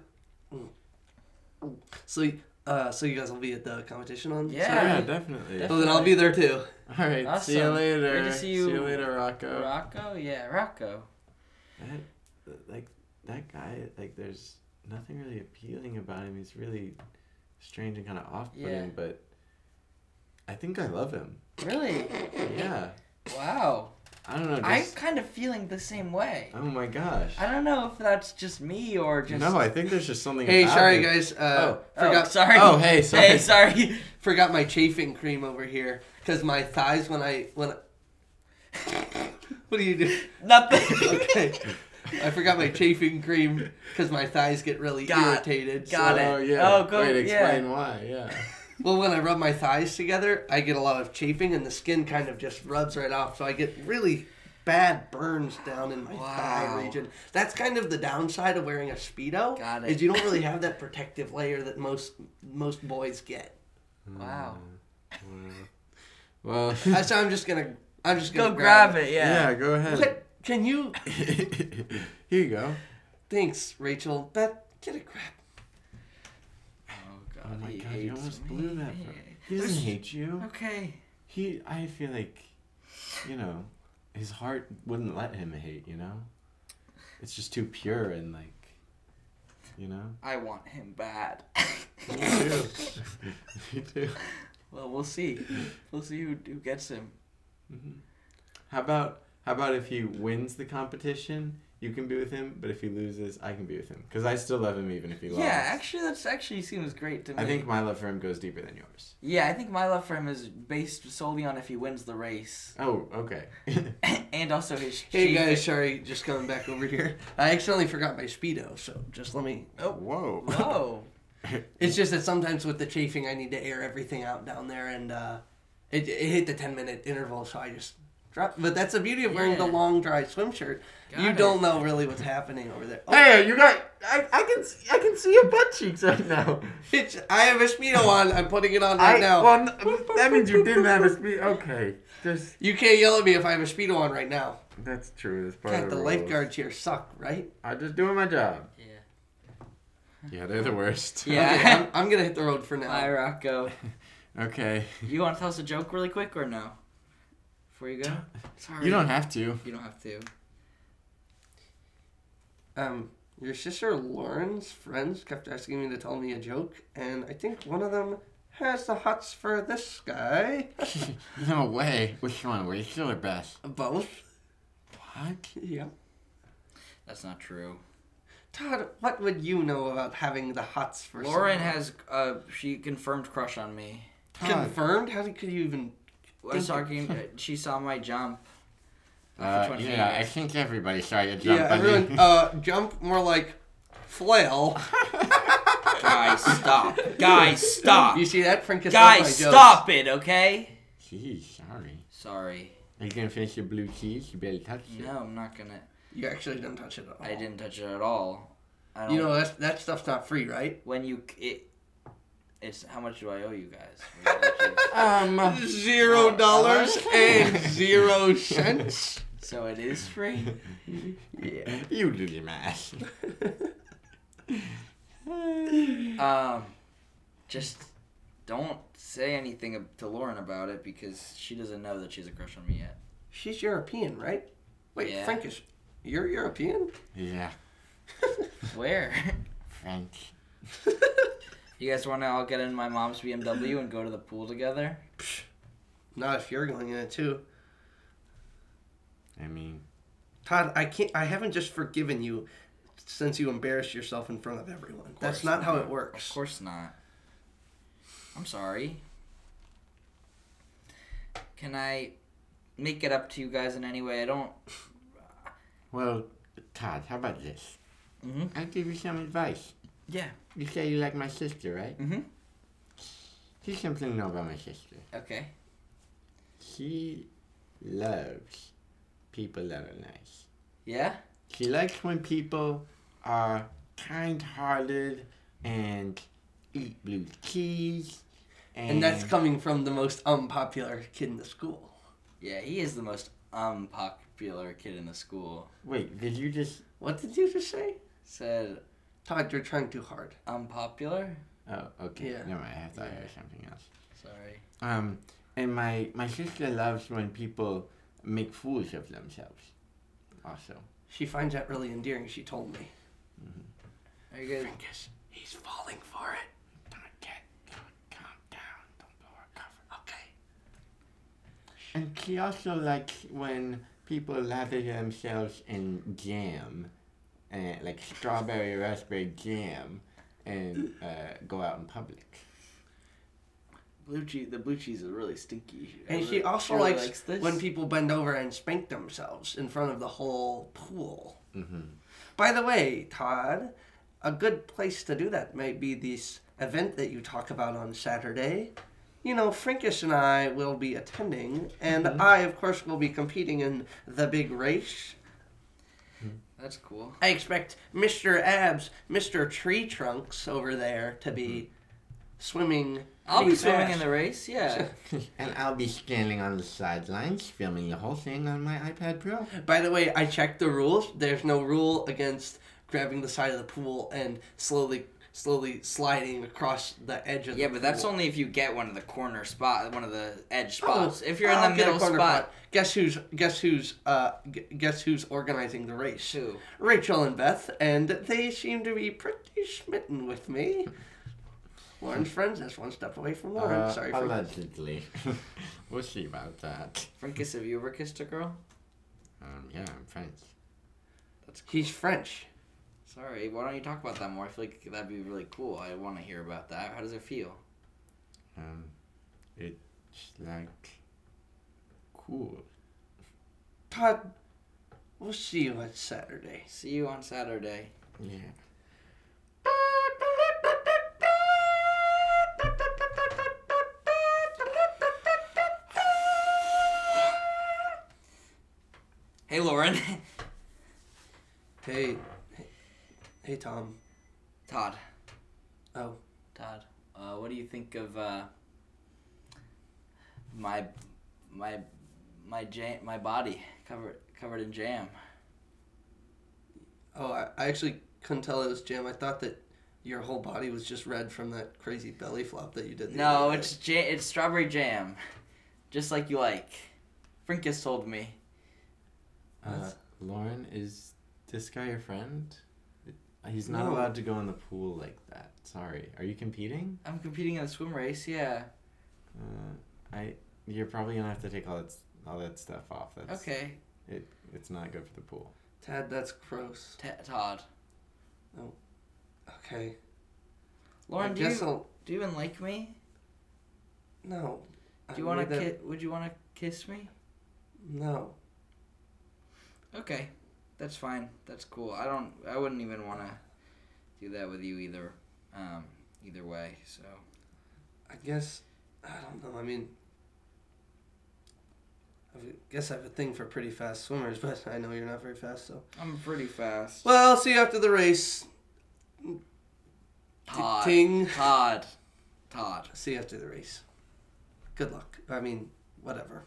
[SPEAKER 2] so uh so you guys will be at the competition on
[SPEAKER 4] Yeah.
[SPEAKER 2] Saturday?
[SPEAKER 6] definitely.
[SPEAKER 2] Well then I'll be there too.
[SPEAKER 6] All right. See you
[SPEAKER 4] Awesome.
[SPEAKER 6] later.
[SPEAKER 4] Good to see you,
[SPEAKER 6] later, Rocco.
[SPEAKER 4] Rocco, yeah, Rocco.
[SPEAKER 6] That, like that guy. Like there's nothing really appealing about him. He's really strange and kind of off-putting,
[SPEAKER 4] Yeah.
[SPEAKER 6] but I think I love him.
[SPEAKER 4] Really?
[SPEAKER 6] Yeah.
[SPEAKER 4] Wow.
[SPEAKER 6] I don't know.
[SPEAKER 4] I'm
[SPEAKER 6] Just,
[SPEAKER 4] kind of feeling the same way.
[SPEAKER 6] oh my gosh.
[SPEAKER 4] I don't know if that's just me or just.
[SPEAKER 6] No, I think there's just something.
[SPEAKER 2] Hey,
[SPEAKER 6] about
[SPEAKER 2] sorry
[SPEAKER 6] it.
[SPEAKER 2] guys. Uh,
[SPEAKER 4] Oh,
[SPEAKER 2] Forgot
[SPEAKER 4] sorry.
[SPEAKER 6] Oh, hey, sorry.
[SPEAKER 4] Hey, sorry.
[SPEAKER 2] forgot my chafing cream over here because my thighs when I when. I... what do you do?
[SPEAKER 4] Nothing.
[SPEAKER 2] Okay. I forgot my chafing cream because my thighs get really
[SPEAKER 4] Got-
[SPEAKER 2] irritated. so-
[SPEAKER 4] got it.
[SPEAKER 6] Oh yeah.
[SPEAKER 4] Oh, go-
[SPEAKER 6] Wait,
[SPEAKER 4] yeah.
[SPEAKER 6] explain why. Yeah.
[SPEAKER 2] Well, when I rub my thighs together, I get a lot of chafing, and the skin kind of just rubs right off. So I get really bad burns down in my
[SPEAKER 4] Wow.
[SPEAKER 2] thigh region. That's kind of the downside of wearing a speedo.
[SPEAKER 4] Got
[SPEAKER 2] Is
[SPEAKER 4] it.
[SPEAKER 2] you don't really have that protective layer that most most boys get.
[SPEAKER 4] wow.
[SPEAKER 6] Well.
[SPEAKER 2] Uh, so I'm just gonna I'm just gonna
[SPEAKER 4] Go grab it.
[SPEAKER 6] yeah.
[SPEAKER 4] Yeah.
[SPEAKER 6] Go ahead.
[SPEAKER 2] What? Can you?
[SPEAKER 6] Here you go.
[SPEAKER 2] Thanks, Rachel. Beth, get a grab.
[SPEAKER 4] Oh god.
[SPEAKER 6] Oh my
[SPEAKER 4] he
[SPEAKER 6] god, you
[SPEAKER 4] hates
[SPEAKER 6] almost
[SPEAKER 4] me.
[SPEAKER 6] blew that. For, he
[SPEAKER 4] There's-
[SPEAKER 6] doesn't hate you.
[SPEAKER 4] Okay.
[SPEAKER 6] He, I feel like, you know, his heart wouldn't let him hate. You know, it's just too pure and like, you know.
[SPEAKER 4] I want him bad.
[SPEAKER 6] Me too. Me too.
[SPEAKER 4] well, we'll see. We'll see who, who gets him.
[SPEAKER 6] How about how about if he wins the competition, you can be with him, but if he loses, I can be with him because I still love him even if he lost.
[SPEAKER 4] Yeah, actually, that's actually seems great to me.
[SPEAKER 6] I think my love for him goes deeper than yours.
[SPEAKER 4] Yeah, I think my love for him is based solely on if he wins the race,
[SPEAKER 6] Oh, okay.
[SPEAKER 4] and also his.
[SPEAKER 2] Hey
[SPEAKER 4] chief-
[SPEAKER 2] guys, sorry, just coming back over here. I accidentally forgot my speedo, so just let me.
[SPEAKER 6] Whoa.
[SPEAKER 4] Oh, Whoa.
[SPEAKER 2] It's just that sometimes with the chafing, I need to air everything out down there, and uh, it, it hit the ten minute interval, so I just dropped. But that's the beauty of wearing the
[SPEAKER 4] Yeah.
[SPEAKER 2] long dry swim shirt.
[SPEAKER 4] Got
[SPEAKER 2] you
[SPEAKER 4] it.
[SPEAKER 2] don't know really what's happening over there. Oh,
[SPEAKER 6] Hey, you got. I, I can see, I can see your butt cheeks right now.
[SPEAKER 2] it's, I have a speedo on. I'm putting it on right now.
[SPEAKER 6] Well, n- that means you didn't have a speed. Okay, just
[SPEAKER 2] you can't yell at me if I have a speedo on right now.
[SPEAKER 6] that's true. That's part
[SPEAKER 2] God,
[SPEAKER 6] of
[SPEAKER 2] the
[SPEAKER 6] the
[SPEAKER 2] lifeguards here suck, right?
[SPEAKER 6] I'm just doing my job.
[SPEAKER 4] Yeah.
[SPEAKER 6] Yeah, they're the worst.
[SPEAKER 4] Yeah.
[SPEAKER 2] Okay, I'm, I'm gonna hit the road for
[SPEAKER 4] Hi,
[SPEAKER 2] now.
[SPEAKER 4] Rocco.
[SPEAKER 6] Okay.
[SPEAKER 4] You want to tell us a joke really quick or no? Before you go. Sorry.
[SPEAKER 6] You don't have to.
[SPEAKER 4] You don't have to.
[SPEAKER 2] Um, your sister Lauren's friends kept asking me to tell me a joke, and I think one of them has the hots for this guy.
[SPEAKER 6] no way. Which one? Rachel or Beth?
[SPEAKER 2] Both.
[SPEAKER 6] What?
[SPEAKER 2] Yeah.
[SPEAKER 4] That's not true.
[SPEAKER 2] Todd, what would you know about having the hots for
[SPEAKER 4] Lauren
[SPEAKER 2] someone?
[SPEAKER 4] has uh she confirmed crush on me.
[SPEAKER 2] confirmed? How did- could you even?
[SPEAKER 4] I was talking. uh, she saw my jump.
[SPEAKER 6] Uh,
[SPEAKER 4] Which one
[SPEAKER 6] yeah, I
[SPEAKER 4] is?
[SPEAKER 6] think everybody saw you jump.
[SPEAKER 2] Yeah,
[SPEAKER 6] I mean-
[SPEAKER 2] everyone. Uh, jump more like flail.
[SPEAKER 4] Guys, stop. Guys, stop.
[SPEAKER 2] You see that, Frank? is not my
[SPEAKER 4] Guys,
[SPEAKER 2] jokes.
[SPEAKER 4] stop it, okay?
[SPEAKER 6] Jeez, sorry.
[SPEAKER 4] Sorry.
[SPEAKER 6] Are you gonna finish your blue cheese? You better touch it.
[SPEAKER 4] No, I'm not gonna.
[SPEAKER 2] You actually didn't touch it at all.
[SPEAKER 4] I didn't touch it at all. I don't,
[SPEAKER 2] Oh. You know that that stuff's not free, right?
[SPEAKER 4] when you it, it's how much do I owe you guys?
[SPEAKER 6] Um.
[SPEAKER 4] Oh,
[SPEAKER 2] Zero dollars and zero cents.
[SPEAKER 4] so it is free.
[SPEAKER 2] Yeah.
[SPEAKER 6] You do the math.
[SPEAKER 4] Um, just don't say anything ab- to Lauren about it because she doesn't know that she has a crush on me yet.
[SPEAKER 2] She's European, right? Wait,
[SPEAKER 4] Yeah.
[SPEAKER 2] Frankish, you're European?
[SPEAKER 6] yeah,
[SPEAKER 4] Where?
[SPEAKER 6] French.
[SPEAKER 4] you guys want to all get in my mom's BMW and go to the pool together?
[SPEAKER 2] Not if you're going in it too.
[SPEAKER 6] I mean,
[SPEAKER 2] Todd, I can't. I haven't just forgiven you since you embarrassed yourself in front of everyone. That's not how it
[SPEAKER 4] Of
[SPEAKER 2] works.
[SPEAKER 4] course not. I'm sorry. Can I make it up to you guys in any way? I don't.
[SPEAKER 6] well, Todd, how about this?
[SPEAKER 4] Mhm.
[SPEAKER 6] I'll give you some advice.
[SPEAKER 4] Yeah.
[SPEAKER 6] You say you like my sister, right?
[SPEAKER 4] Mhm.
[SPEAKER 6] Here's something to know about my sister.
[SPEAKER 4] Okay.
[SPEAKER 6] She loves people that are nice.
[SPEAKER 4] Yeah.
[SPEAKER 6] She likes when people are kind-hearted and eat blue cheese. And,
[SPEAKER 2] And that's coming from the most unpopular kid in the school.
[SPEAKER 4] Yeah. He is the most unpopular kid in the school.
[SPEAKER 6] wait. Did you just?
[SPEAKER 2] What did you just say?
[SPEAKER 4] Said
[SPEAKER 2] Todd, you're trying too hard.
[SPEAKER 4] unpopular.
[SPEAKER 6] Oh, okay.
[SPEAKER 2] Yeah.
[SPEAKER 6] Never mind. I thought
[SPEAKER 4] Yeah.
[SPEAKER 6] it was something else.
[SPEAKER 4] Sorry.
[SPEAKER 6] Um, and my my sister loves when people make fools of themselves. Also,
[SPEAKER 2] She finds that really endearing. She told me.
[SPEAKER 4] Are you guys?
[SPEAKER 2] Frankus, he's falling for it.
[SPEAKER 6] don't get, don't calm down, don't blow our cover.
[SPEAKER 2] Okay.
[SPEAKER 6] And she also likes when
[SPEAKER 3] people lather themselves in jam, and like strawberry raspberry jam, and uh, go out in public.
[SPEAKER 7] Blue cheese. The blue cheese is really stinky. I
[SPEAKER 2] And she
[SPEAKER 7] really-
[SPEAKER 2] also
[SPEAKER 7] really
[SPEAKER 2] likes, when people bend over and spank themselves in front of the whole pool. By the way, Todd, a good place to do that might be this event that you talk about on Saturday. You know, Frankish and I will be attending, and I, of course, will be competing in the big race.
[SPEAKER 4] That's cool.
[SPEAKER 2] I expect Mr. Abs, Mr. Tree Trunks over there to be swimming.
[SPEAKER 4] Mm-hmm. I'll be
[SPEAKER 2] pretty
[SPEAKER 4] swimming
[SPEAKER 2] fast.
[SPEAKER 4] in the race. Yeah.
[SPEAKER 3] And I'll be standing on the sidelines filming the whole thing on my iPad Pro.
[SPEAKER 2] By the way, I checked the rules. There's no rule against grabbing the side of the pool and slowly, slowly sliding across the edge of
[SPEAKER 4] Yeah,
[SPEAKER 2] the
[SPEAKER 4] but that's
[SPEAKER 2] pool.
[SPEAKER 4] only if you get one of the corner spot, one of the edge
[SPEAKER 2] Oh,
[SPEAKER 4] spots. if you're in
[SPEAKER 2] I'll
[SPEAKER 4] the
[SPEAKER 2] get a
[SPEAKER 4] middle
[SPEAKER 2] corner
[SPEAKER 4] spot,
[SPEAKER 2] Guess who's guess who's uh gu- guess who's organizing the race?
[SPEAKER 4] Who?
[SPEAKER 2] Rachel and Beth, and they seem to be pretty smitten with me. Lauren's friends is one step away from Lauren.
[SPEAKER 3] Uh,
[SPEAKER 2] Sorry for
[SPEAKER 3] allegedly. we'll see about that.
[SPEAKER 4] Frankus, have you ever kissed a girl?
[SPEAKER 3] Um, yeah, I'm friends.
[SPEAKER 2] he's French.
[SPEAKER 4] Sorry, why don't you talk about that more? I feel like that'd be really cool. I want to hear about that. How does it feel?
[SPEAKER 3] Um, it's like cool.
[SPEAKER 2] Todd, we'll see you on Saturday.
[SPEAKER 4] See you on Saturday.
[SPEAKER 3] Yeah.
[SPEAKER 4] Hey, Lauren.
[SPEAKER 2] Hey, hey Tom.
[SPEAKER 4] Todd.
[SPEAKER 2] Oh,
[SPEAKER 4] Todd, uh, what do you think of uh, my my my jam, my body covered covered in jam?
[SPEAKER 2] oh, I, I actually couldn't tell it was jam. I thought that your whole body was just red from that crazy belly flop that you did. the
[SPEAKER 4] No,
[SPEAKER 2] other day.
[SPEAKER 4] it's jam. It's strawberry jam, just like you like. Frinkus told me.
[SPEAKER 3] Uh,
[SPEAKER 2] That's-
[SPEAKER 3] Lauren, is this guy your friend? He's not
[SPEAKER 2] No.
[SPEAKER 3] allowed to go in the pool like that. Sorry. Are you competing?
[SPEAKER 4] I'm competing in a swim race. Yeah.
[SPEAKER 3] Uh, I. You're probably gonna have to take all that s- all that stuff off. That's
[SPEAKER 4] Okay.
[SPEAKER 3] It it's not good for the pool.
[SPEAKER 2] Tad. That's gross.
[SPEAKER 4] T- Todd.
[SPEAKER 2] Okay.
[SPEAKER 4] Lauren,
[SPEAKER 2] I
[SPEAKER 4] do you,
[SPEAKER 2] guess I'll,
[SPEAKER 4] do you even like me?
[SPEAKER 2] no.
[SPEAKER 4] Do you want to ki- Would uh, you want to kiss me?
[SPEAKER 2] No.
[SPEAKER 4] Okay, that's fine. That's cool. I don't. I wouldn't even want to do that with you either. Um, either way. So
[SPEAKER 2] I guess I don't know. I mean, I w- guess I have a thing for pretty fast swimmers, but I know you're not very fast, so.
[SPEAKER 4] I'm pretty fast.
[SPEAKER 2] Well, I'll see you after the race.
[SPEAKER 4] Todd.
[SPEAKER 2] Ting.
[SPEAKER 4] Todd. Todd.
[SPEAKER 2] See you after the race. Good luck. I mean, whatever.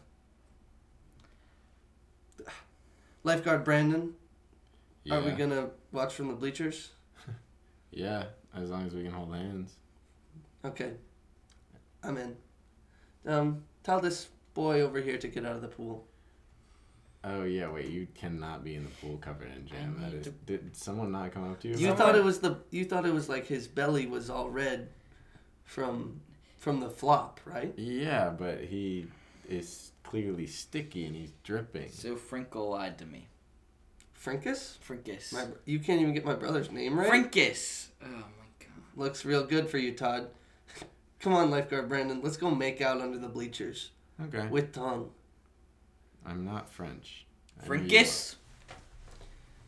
[SPEAKER 2] Lifeguard Brandon,
[SPEAKER 6] Yeah.
[SPEAKER 2] are we gonna watch from the bleachers?
[SPEAKER 6] yeah, as long as we can hold hands.
[SPEAKER 2] Okay. I'm in. Um, tell this boy over here to get out of the pool.
[SPEAKER 6] Oh yeah, wait. You cannot be in the pool covered in jam. That is. Did someone not come up to you?
[SPEAKER 2] You thought it was the you thought it was like his belly was all red from from the flop, right?
[SPEAKER 6] Yeah, but he is clearly sticky and he's dripping.
[SPEAKER 4] So Frinkle lied to me.
[SPEAKER 2] Frinkus?
[SPEAKER 4] Frinkus.
[SPEAKER 2] My you can't even get my brother's name right.
[SPEAKER 4] Frinkus. Oh my god.
[SPEAKER 2] Looks real good for you, Todd. Come on, lifeguard Brandon, let's go make out under the bleachers
[SPEAKER 6] Okay.
[SPEAKER 2] with tongue.
[SPEAKER 6] I'm not French. I knew you
[SPEAKER 4] Frinkus.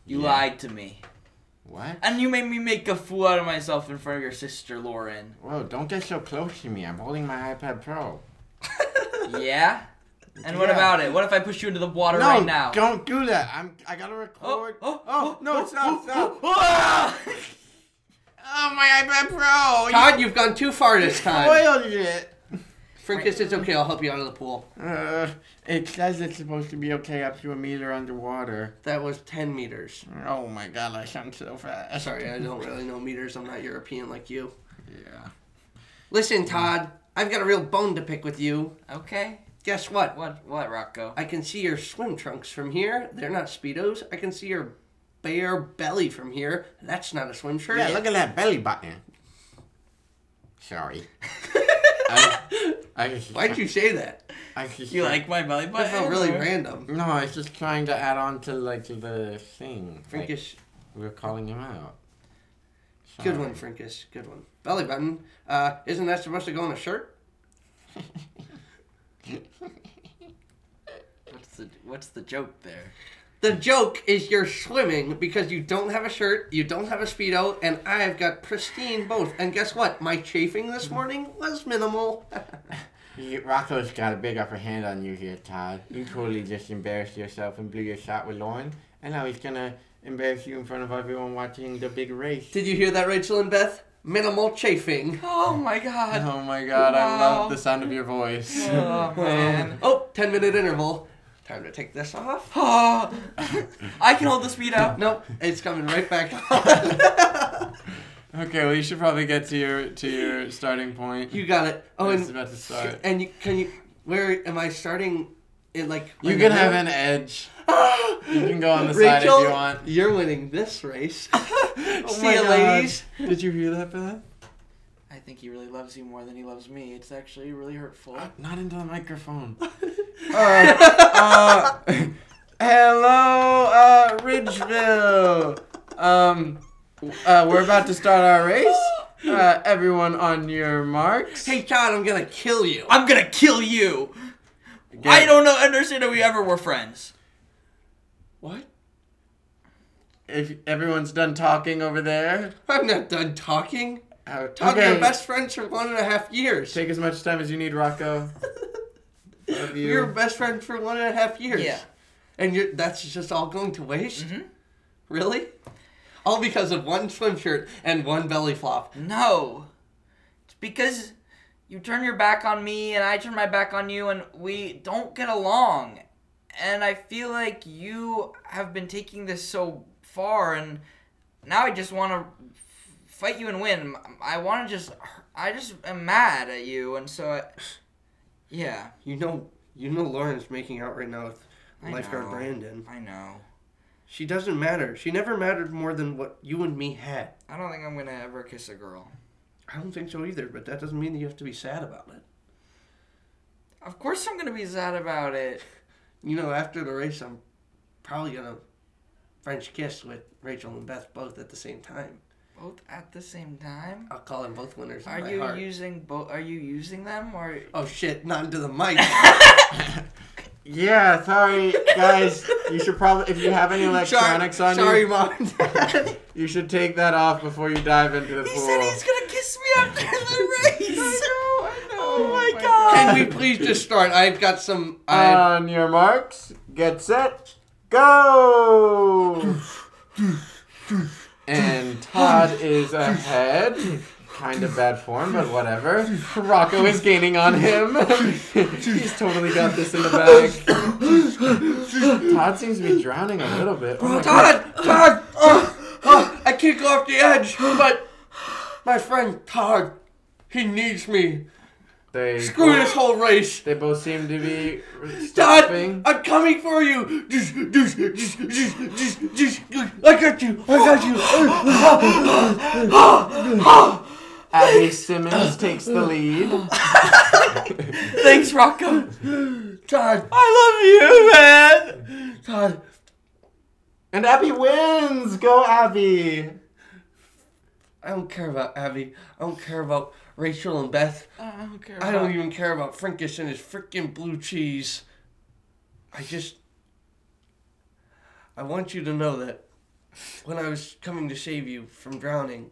[SPEAKER 4] You
[SPEAKER 6] Yeah.
[SPEAKER 4] lied to me,
[SPEAKER 6] were. What?
[SPEAKER 4] and you made me make a fool out of myself in front of your sister Lauren.
[SPEAKER 3] Whoa! Don't get so close to me. I'm holding my iPad Pro.
[SPEAKER 4] Yeah. And what
[SPEAKER 3] Yeah.
[SPEAKER 4] about it? What if I push you into the water
[SPEAKER 3] no,
[SPEAKER 4] right now?
[SPEAKER 3] don't do that. I'm. I gotta
[SPEAKER 4] Oh,
[SPEAKER 3] record.
[SPEAKER 4] oh,
[SPEAKER 3] no! stop! Stop!
[SPEAKER 4] Ah!
[SPEAKER 3] Oh my iPad Pro!
[SPEAKER 2] Todd, you've gone too far this time.
[SPEAKER 3] you spoiled it.
[SPEAKER 2] Frinkus, it's okay, I'll help you out of the pool.
[SPEAKER 3] Uh, it says it's supposed to be okay up to a meter underwater.
[SPEAKER 2] That was ten meters.
[SPEAKER 3] Oh my god, I sound so fast.
[SPEAKER 2] Sorry, I don't really know meters. I'm not European like you.
[SPEAKER 3] Yeah.
[SPEAKER 2] Listen, Todd, I've got a real bone to pick with you.
[SPEAKER 4] Okay.
[SPEAKER 2] Guess what?
[SPEAKER 4] What? What, Rocco?
[SPEAKER 2] I can see your swim trunks from here. They're not speedos. I can see your bare belly from here. That's not a swim shirt.
[SPEAKER 3] Yeah, look at that belly button. Sorry. I,
[SPEAKER 6] I,
[SPEAKER 2] Why'd you say that?
[SPEAKER 6] I, just-
[SPEAKER 4] You like my belly
[SPEAKER 2] That
[SPEAKER 4] button?
[SPEAKER 2] felt really random.
[SPEAKER 6] No, I was just trying to add on to like the thing. Like,
[SPEAKER 2] Frankish.
[SPEAKER 6] we were calling him out.
[SPEAKER 2] Good one,
[SPEAKER 6] Sorry.
[SPEAKER 2] Frankish. Good one. Belly button. Uh, isn't that supposed to go on a shirt?
[SPEAKER 4] What's the What's the joke there?
[SPEAKER 2] The joke is you're swimming because you don't have a shirt, you don't have a speedo, and I've got pristine both. And guess what? My chafing
[SPEAKER 6] Mm-hmm.
[SPEAKER 2] this morning was minimal.
[SPEAKER 6] You- Rocco's got a big upper hand on you here, Todd. You totally just embarrassed yourself and blew your shot with Lauren, and now he's gonna embarrass you in front of everyone watching the big race.
[SPEAKER 2] Did you hear that, Rachel and Beth? Minimal chafing.
[SPEAKER 4] Oh my god.
[SPEAKER 6] Oh my god, I
[SPEAKER 4] Wow.
[SPEAKER 6] love the sound of your voice.
[SPEAKER 4] Oh man.
[SPEAKER 2] Oh, 10 minute interval. Time to take this off.
[SPEAKER 4] Oh, I can hold the speed up.
[SPEAKER 2] Nope, it's coming right back on.
[SPEAKER 6] okay, well you should probably get to your to your starting point.
[SPEAKER 2] you got it. Oh,
[SPEAKER 6] it's
[SPEAKER 2] and,
[SPEAKER 6] about to start.
[SPEAKER 2] and you, can you. Where am I starting? It like.
[SPEAKER 6] You
[SPEAKER 2] like-
[SPEAKER 6] can have an edge. You can go on the side if
[SPEAKER 2] Rachel,
[SPEAKER 6] you want.
[SPEAKER 2] You're winning this race.
[SPEAKER 6] my
[SPEAKER 2] See ya,
[SPEAKER 6] God.
[SPEAKER 2] ladies.
[SPEAKER 6] Did you hear that, Beth?
[SPEAKER 4] I think he really loves you more than he loves me. It's actually really hurtful.
[SPEAKER 6] Uh, Not into the microphone. uh, uh, hello, uh, Ridgeville. Um, uh, we're about to start our race. Uh, everyone on your marks.
[SPEAKER 2] Hey, Todd, I'm gonna kill you.
[SPEAKER 4] I'm gonna kill you. I don't know understand that we ever were friends.
[SPEAKER 2] What?
[SPEAKER 6] If everyone's done talking over there,
[SPEAKER 2] I'm not done talking.
[SPEAKER 6] uh,
[SPEAKER 2] Todd, we
[SPEAKER 6] okay.
[SPEAKER 2] are best friends for one and a half years.
[SPEAKER 6] Take as much time as you need, Rocco. Love
[SPEAKER 2] We were
[SPEAKER 6] you.
[SPEAKER 2] best friends for one and a half years.
[SPEAKER 4] Yeah.
[SPEAKER 2] And you're, that's just all going to waste?
[SPEAKER 4] Mm-hmm.
[SPEAKER 2] Really? All because of one swim shirt and one belly flop.
[SPEAKER 4] No. It's because you turn your back on me and I turn my back on you and we don't get along. And I feel like you have been taking this so far and now I just want to fight you and win. I want to just I just am mad at you and so I, yeah,
[SPEAKER 2] You know, you know, Lauren's making out right now with
[SPEAKER 4] I
[SPEAKER 2] lifeguard
[SPEAKER 4] know.
[SPEAKER 2] Brandon.
[SPEAKER 4] I know.
[SPEAKER 2] She doesn't matter. She never mattered more than what you and me had.
[SPEAKER 4] I don't think I'm going to ever kiss a girl.
[SPEAKER 2] I don't think so either, but that doesn't mean that you have to be sad about it.
[SPEAKER 4] Of course I'm going to be sad about it.
[SPEAKER 2] You know, after the race, I'm probably gonna French kiss with Rachel and Beth both at the same time.
[SPEAKER 4] Both at the same time?
[SPEAKER 2] I'll call them both winners. in
[SPEAKER 4] Are
[SPEAKER 2] my
[SPEAKER 4] you
[SPEAKER 2] heart.
[SPEAKER 4] using both are you using them or
[SPEAKER 2] Oh shit! Not into the mic.
[SPEAKER 6] Yeah, sorry guys. You should probably, if you have any
[SPEAKER 2] sorry,
[SPEAKER 6] electronics on
[SPEAKER 2] sorry,
[SPEAKER 6] you,
[SPEAKER 2] mom. and Dad.
[SPEAKER 6] You should take that off before you dive into the
[SPEAKER 4] He
[SPEAKER 6] pool.
[SPEAKER 4] said he's gonna kiss me after the race. Oh my, god.
[SPEAKER 2] Can we please just start? I've got some. I
[SPEAKER 6] On your marks, get set, go! and Todd is ahead. Kind of bad form, but whatever. Rocco is gaining on him. he's totally got this in the bag. Todd seems to be drowning a little bit. Oh my God.
[SPEAKER 2] Todd, Todd, oh, oh, I can't go off the edge, but my friend Todd, he needs me.
[SPEAKER 6] They,
[SPEAKER 2] Screw this whole race.
[SPEAKER 6] they both seem to be
[SPEAKER 2] Todd,
[SPEAKER 6] stopping.
[SPEAKER 2] I'm coming for you. Just, just, just, just, just, just, I got you. I got you.
[SPEAKER 6] Abby Simmons takes the lead.
[SPEAKER 4] Thanks, Rocco.
[SPEAKER 2] Todd,
[SPEAKER 6] I love you, man!
[SPEAKER 2] Todd,
[SPEAKER 6] And Abby wins! Go, Abby!
[SPEAKER 2] I don't care about Abby. I don't care about Rachel and Beth.
[SPEAKER 4] I don't care.
[SPEAKER 2] I don't even care about Frankish and his freaking blue cheese. I just. I want you to know that when I was coming to save you from drowning,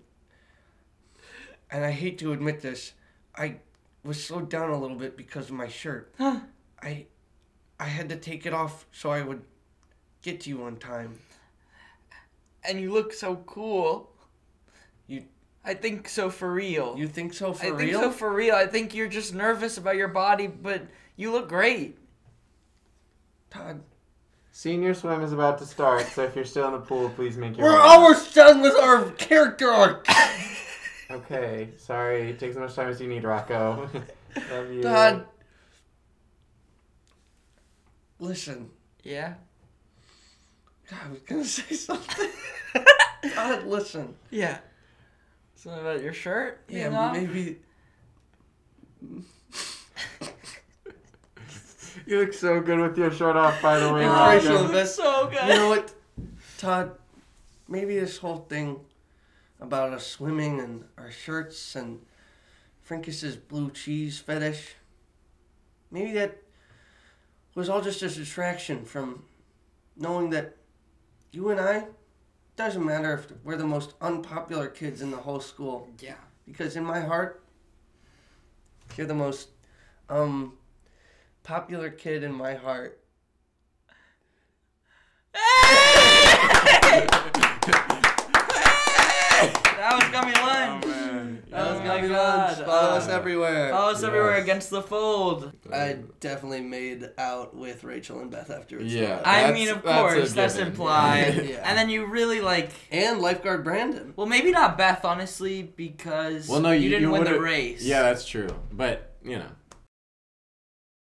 [SPEAKER 2] and I hate to admit this, I was slowed down a little bit because of my shirt. I, I had to take it off so I would get to you on time.
[SPEAKER 4] And you look so cool.
[SPEAKER 2] You-
[SPEAKER 4] I think so for real.
[SPEAKER 2] You think so
[SPEAKER 4] I
[SPEAKER 2] for
[SPEAKER 4] think
[SPEAKER 2] real?
[SPEAKER 4] so for real. I think you're just nervous about your body, but you look great.
[SPEAKER 2] Todd,
[SPEAKER 6] Senior swim is about to start, so if you're still in the pool, please make your
[SPEAKER 2] we're
[SPEAKER 6] way.
[SPEAKER 2] almost done with our character arc.
[SPEAKER 6] Okay, sorry. Take as much time as you need, Rocco. love you.
[SPEAKER 2] Todd, listen.
[SPEAKER 4] Yeah.
[SPEAKER 2] God, I was gonna say something. God, listen.
[SPEAKER 4] Yeah. Something about your shirt?
[SPEAKER 2] Yeah,
[SPEAKER 4] you know?
[SPEAKER 2] maybe.
[SPEAKER 6] You look so good with your shirt off, by the way.
[SPEAKER 2] Oh,
[SPEAKER 6] Roger.
[SPEAKER 2] facial-
[SPEAKER 4] that's so
[SPEAKER 2] You know what, Todd? Maybe this whole thing about us swimming and our shirts and Frankus's blue cheese fetish, maybe that was all just a distraction from knowing that you and I doesn't matter if we're the most unpopular kids in the whole school
[SPEAKER 4] Yeah.
[SPEAKER 2] because in my heart you're the most um popular kid in my heart.
[SPEAKER 4] That was gummy lunch.
[SPEAKER 6] Oh, man. Um,
[SPEAKER 4] that was
[SPEAKER 2] Oh my
[SPEAKER 4] gummy
[SPEAKER 2] God.
[SPEAKER 4] lunch.
[SPEAKER 2] Follow us
[SPEAKER 4] Uh,
[SPEAKER 2] everywhere.
[SPEAKER 4] Follow us everywhere
[SPEAKER 6] Yes.
[SPEAKER 4] against the fold.
[SPEAKER 2] I definitely made out with Rachel and Beth afterwards.
[SPEAKER 6] Yeah.
[SPEAKER 4] I
[SPEAKER 6] That's-
[SPEAKER 4] mean, of
[SPEAKER 6] that's a
[SPEAKER 4] course, that's,
[SPEAKER 6] given.
[SPEAKER 4] implied.
[SPEAKER 2] Yeah.
[SPEAKER 4] And then you really like.
[SPEAKER 2] And lifeguard Brandon.
[SPEAKER 4] Well, maybe not Beth, honestly, because
[SPEAKER 6] Well, no,
[SPEAKER 4] you,
[SPEAKER 6] you-
[SPEAKER 4] didn't
[SPEAKER 6] you
[SPEAKER 4] win the
[SPEAKER 6] would've-
[SPEAKER 4] race.
[SPEAKER 6] Yeah, that's true. But you know,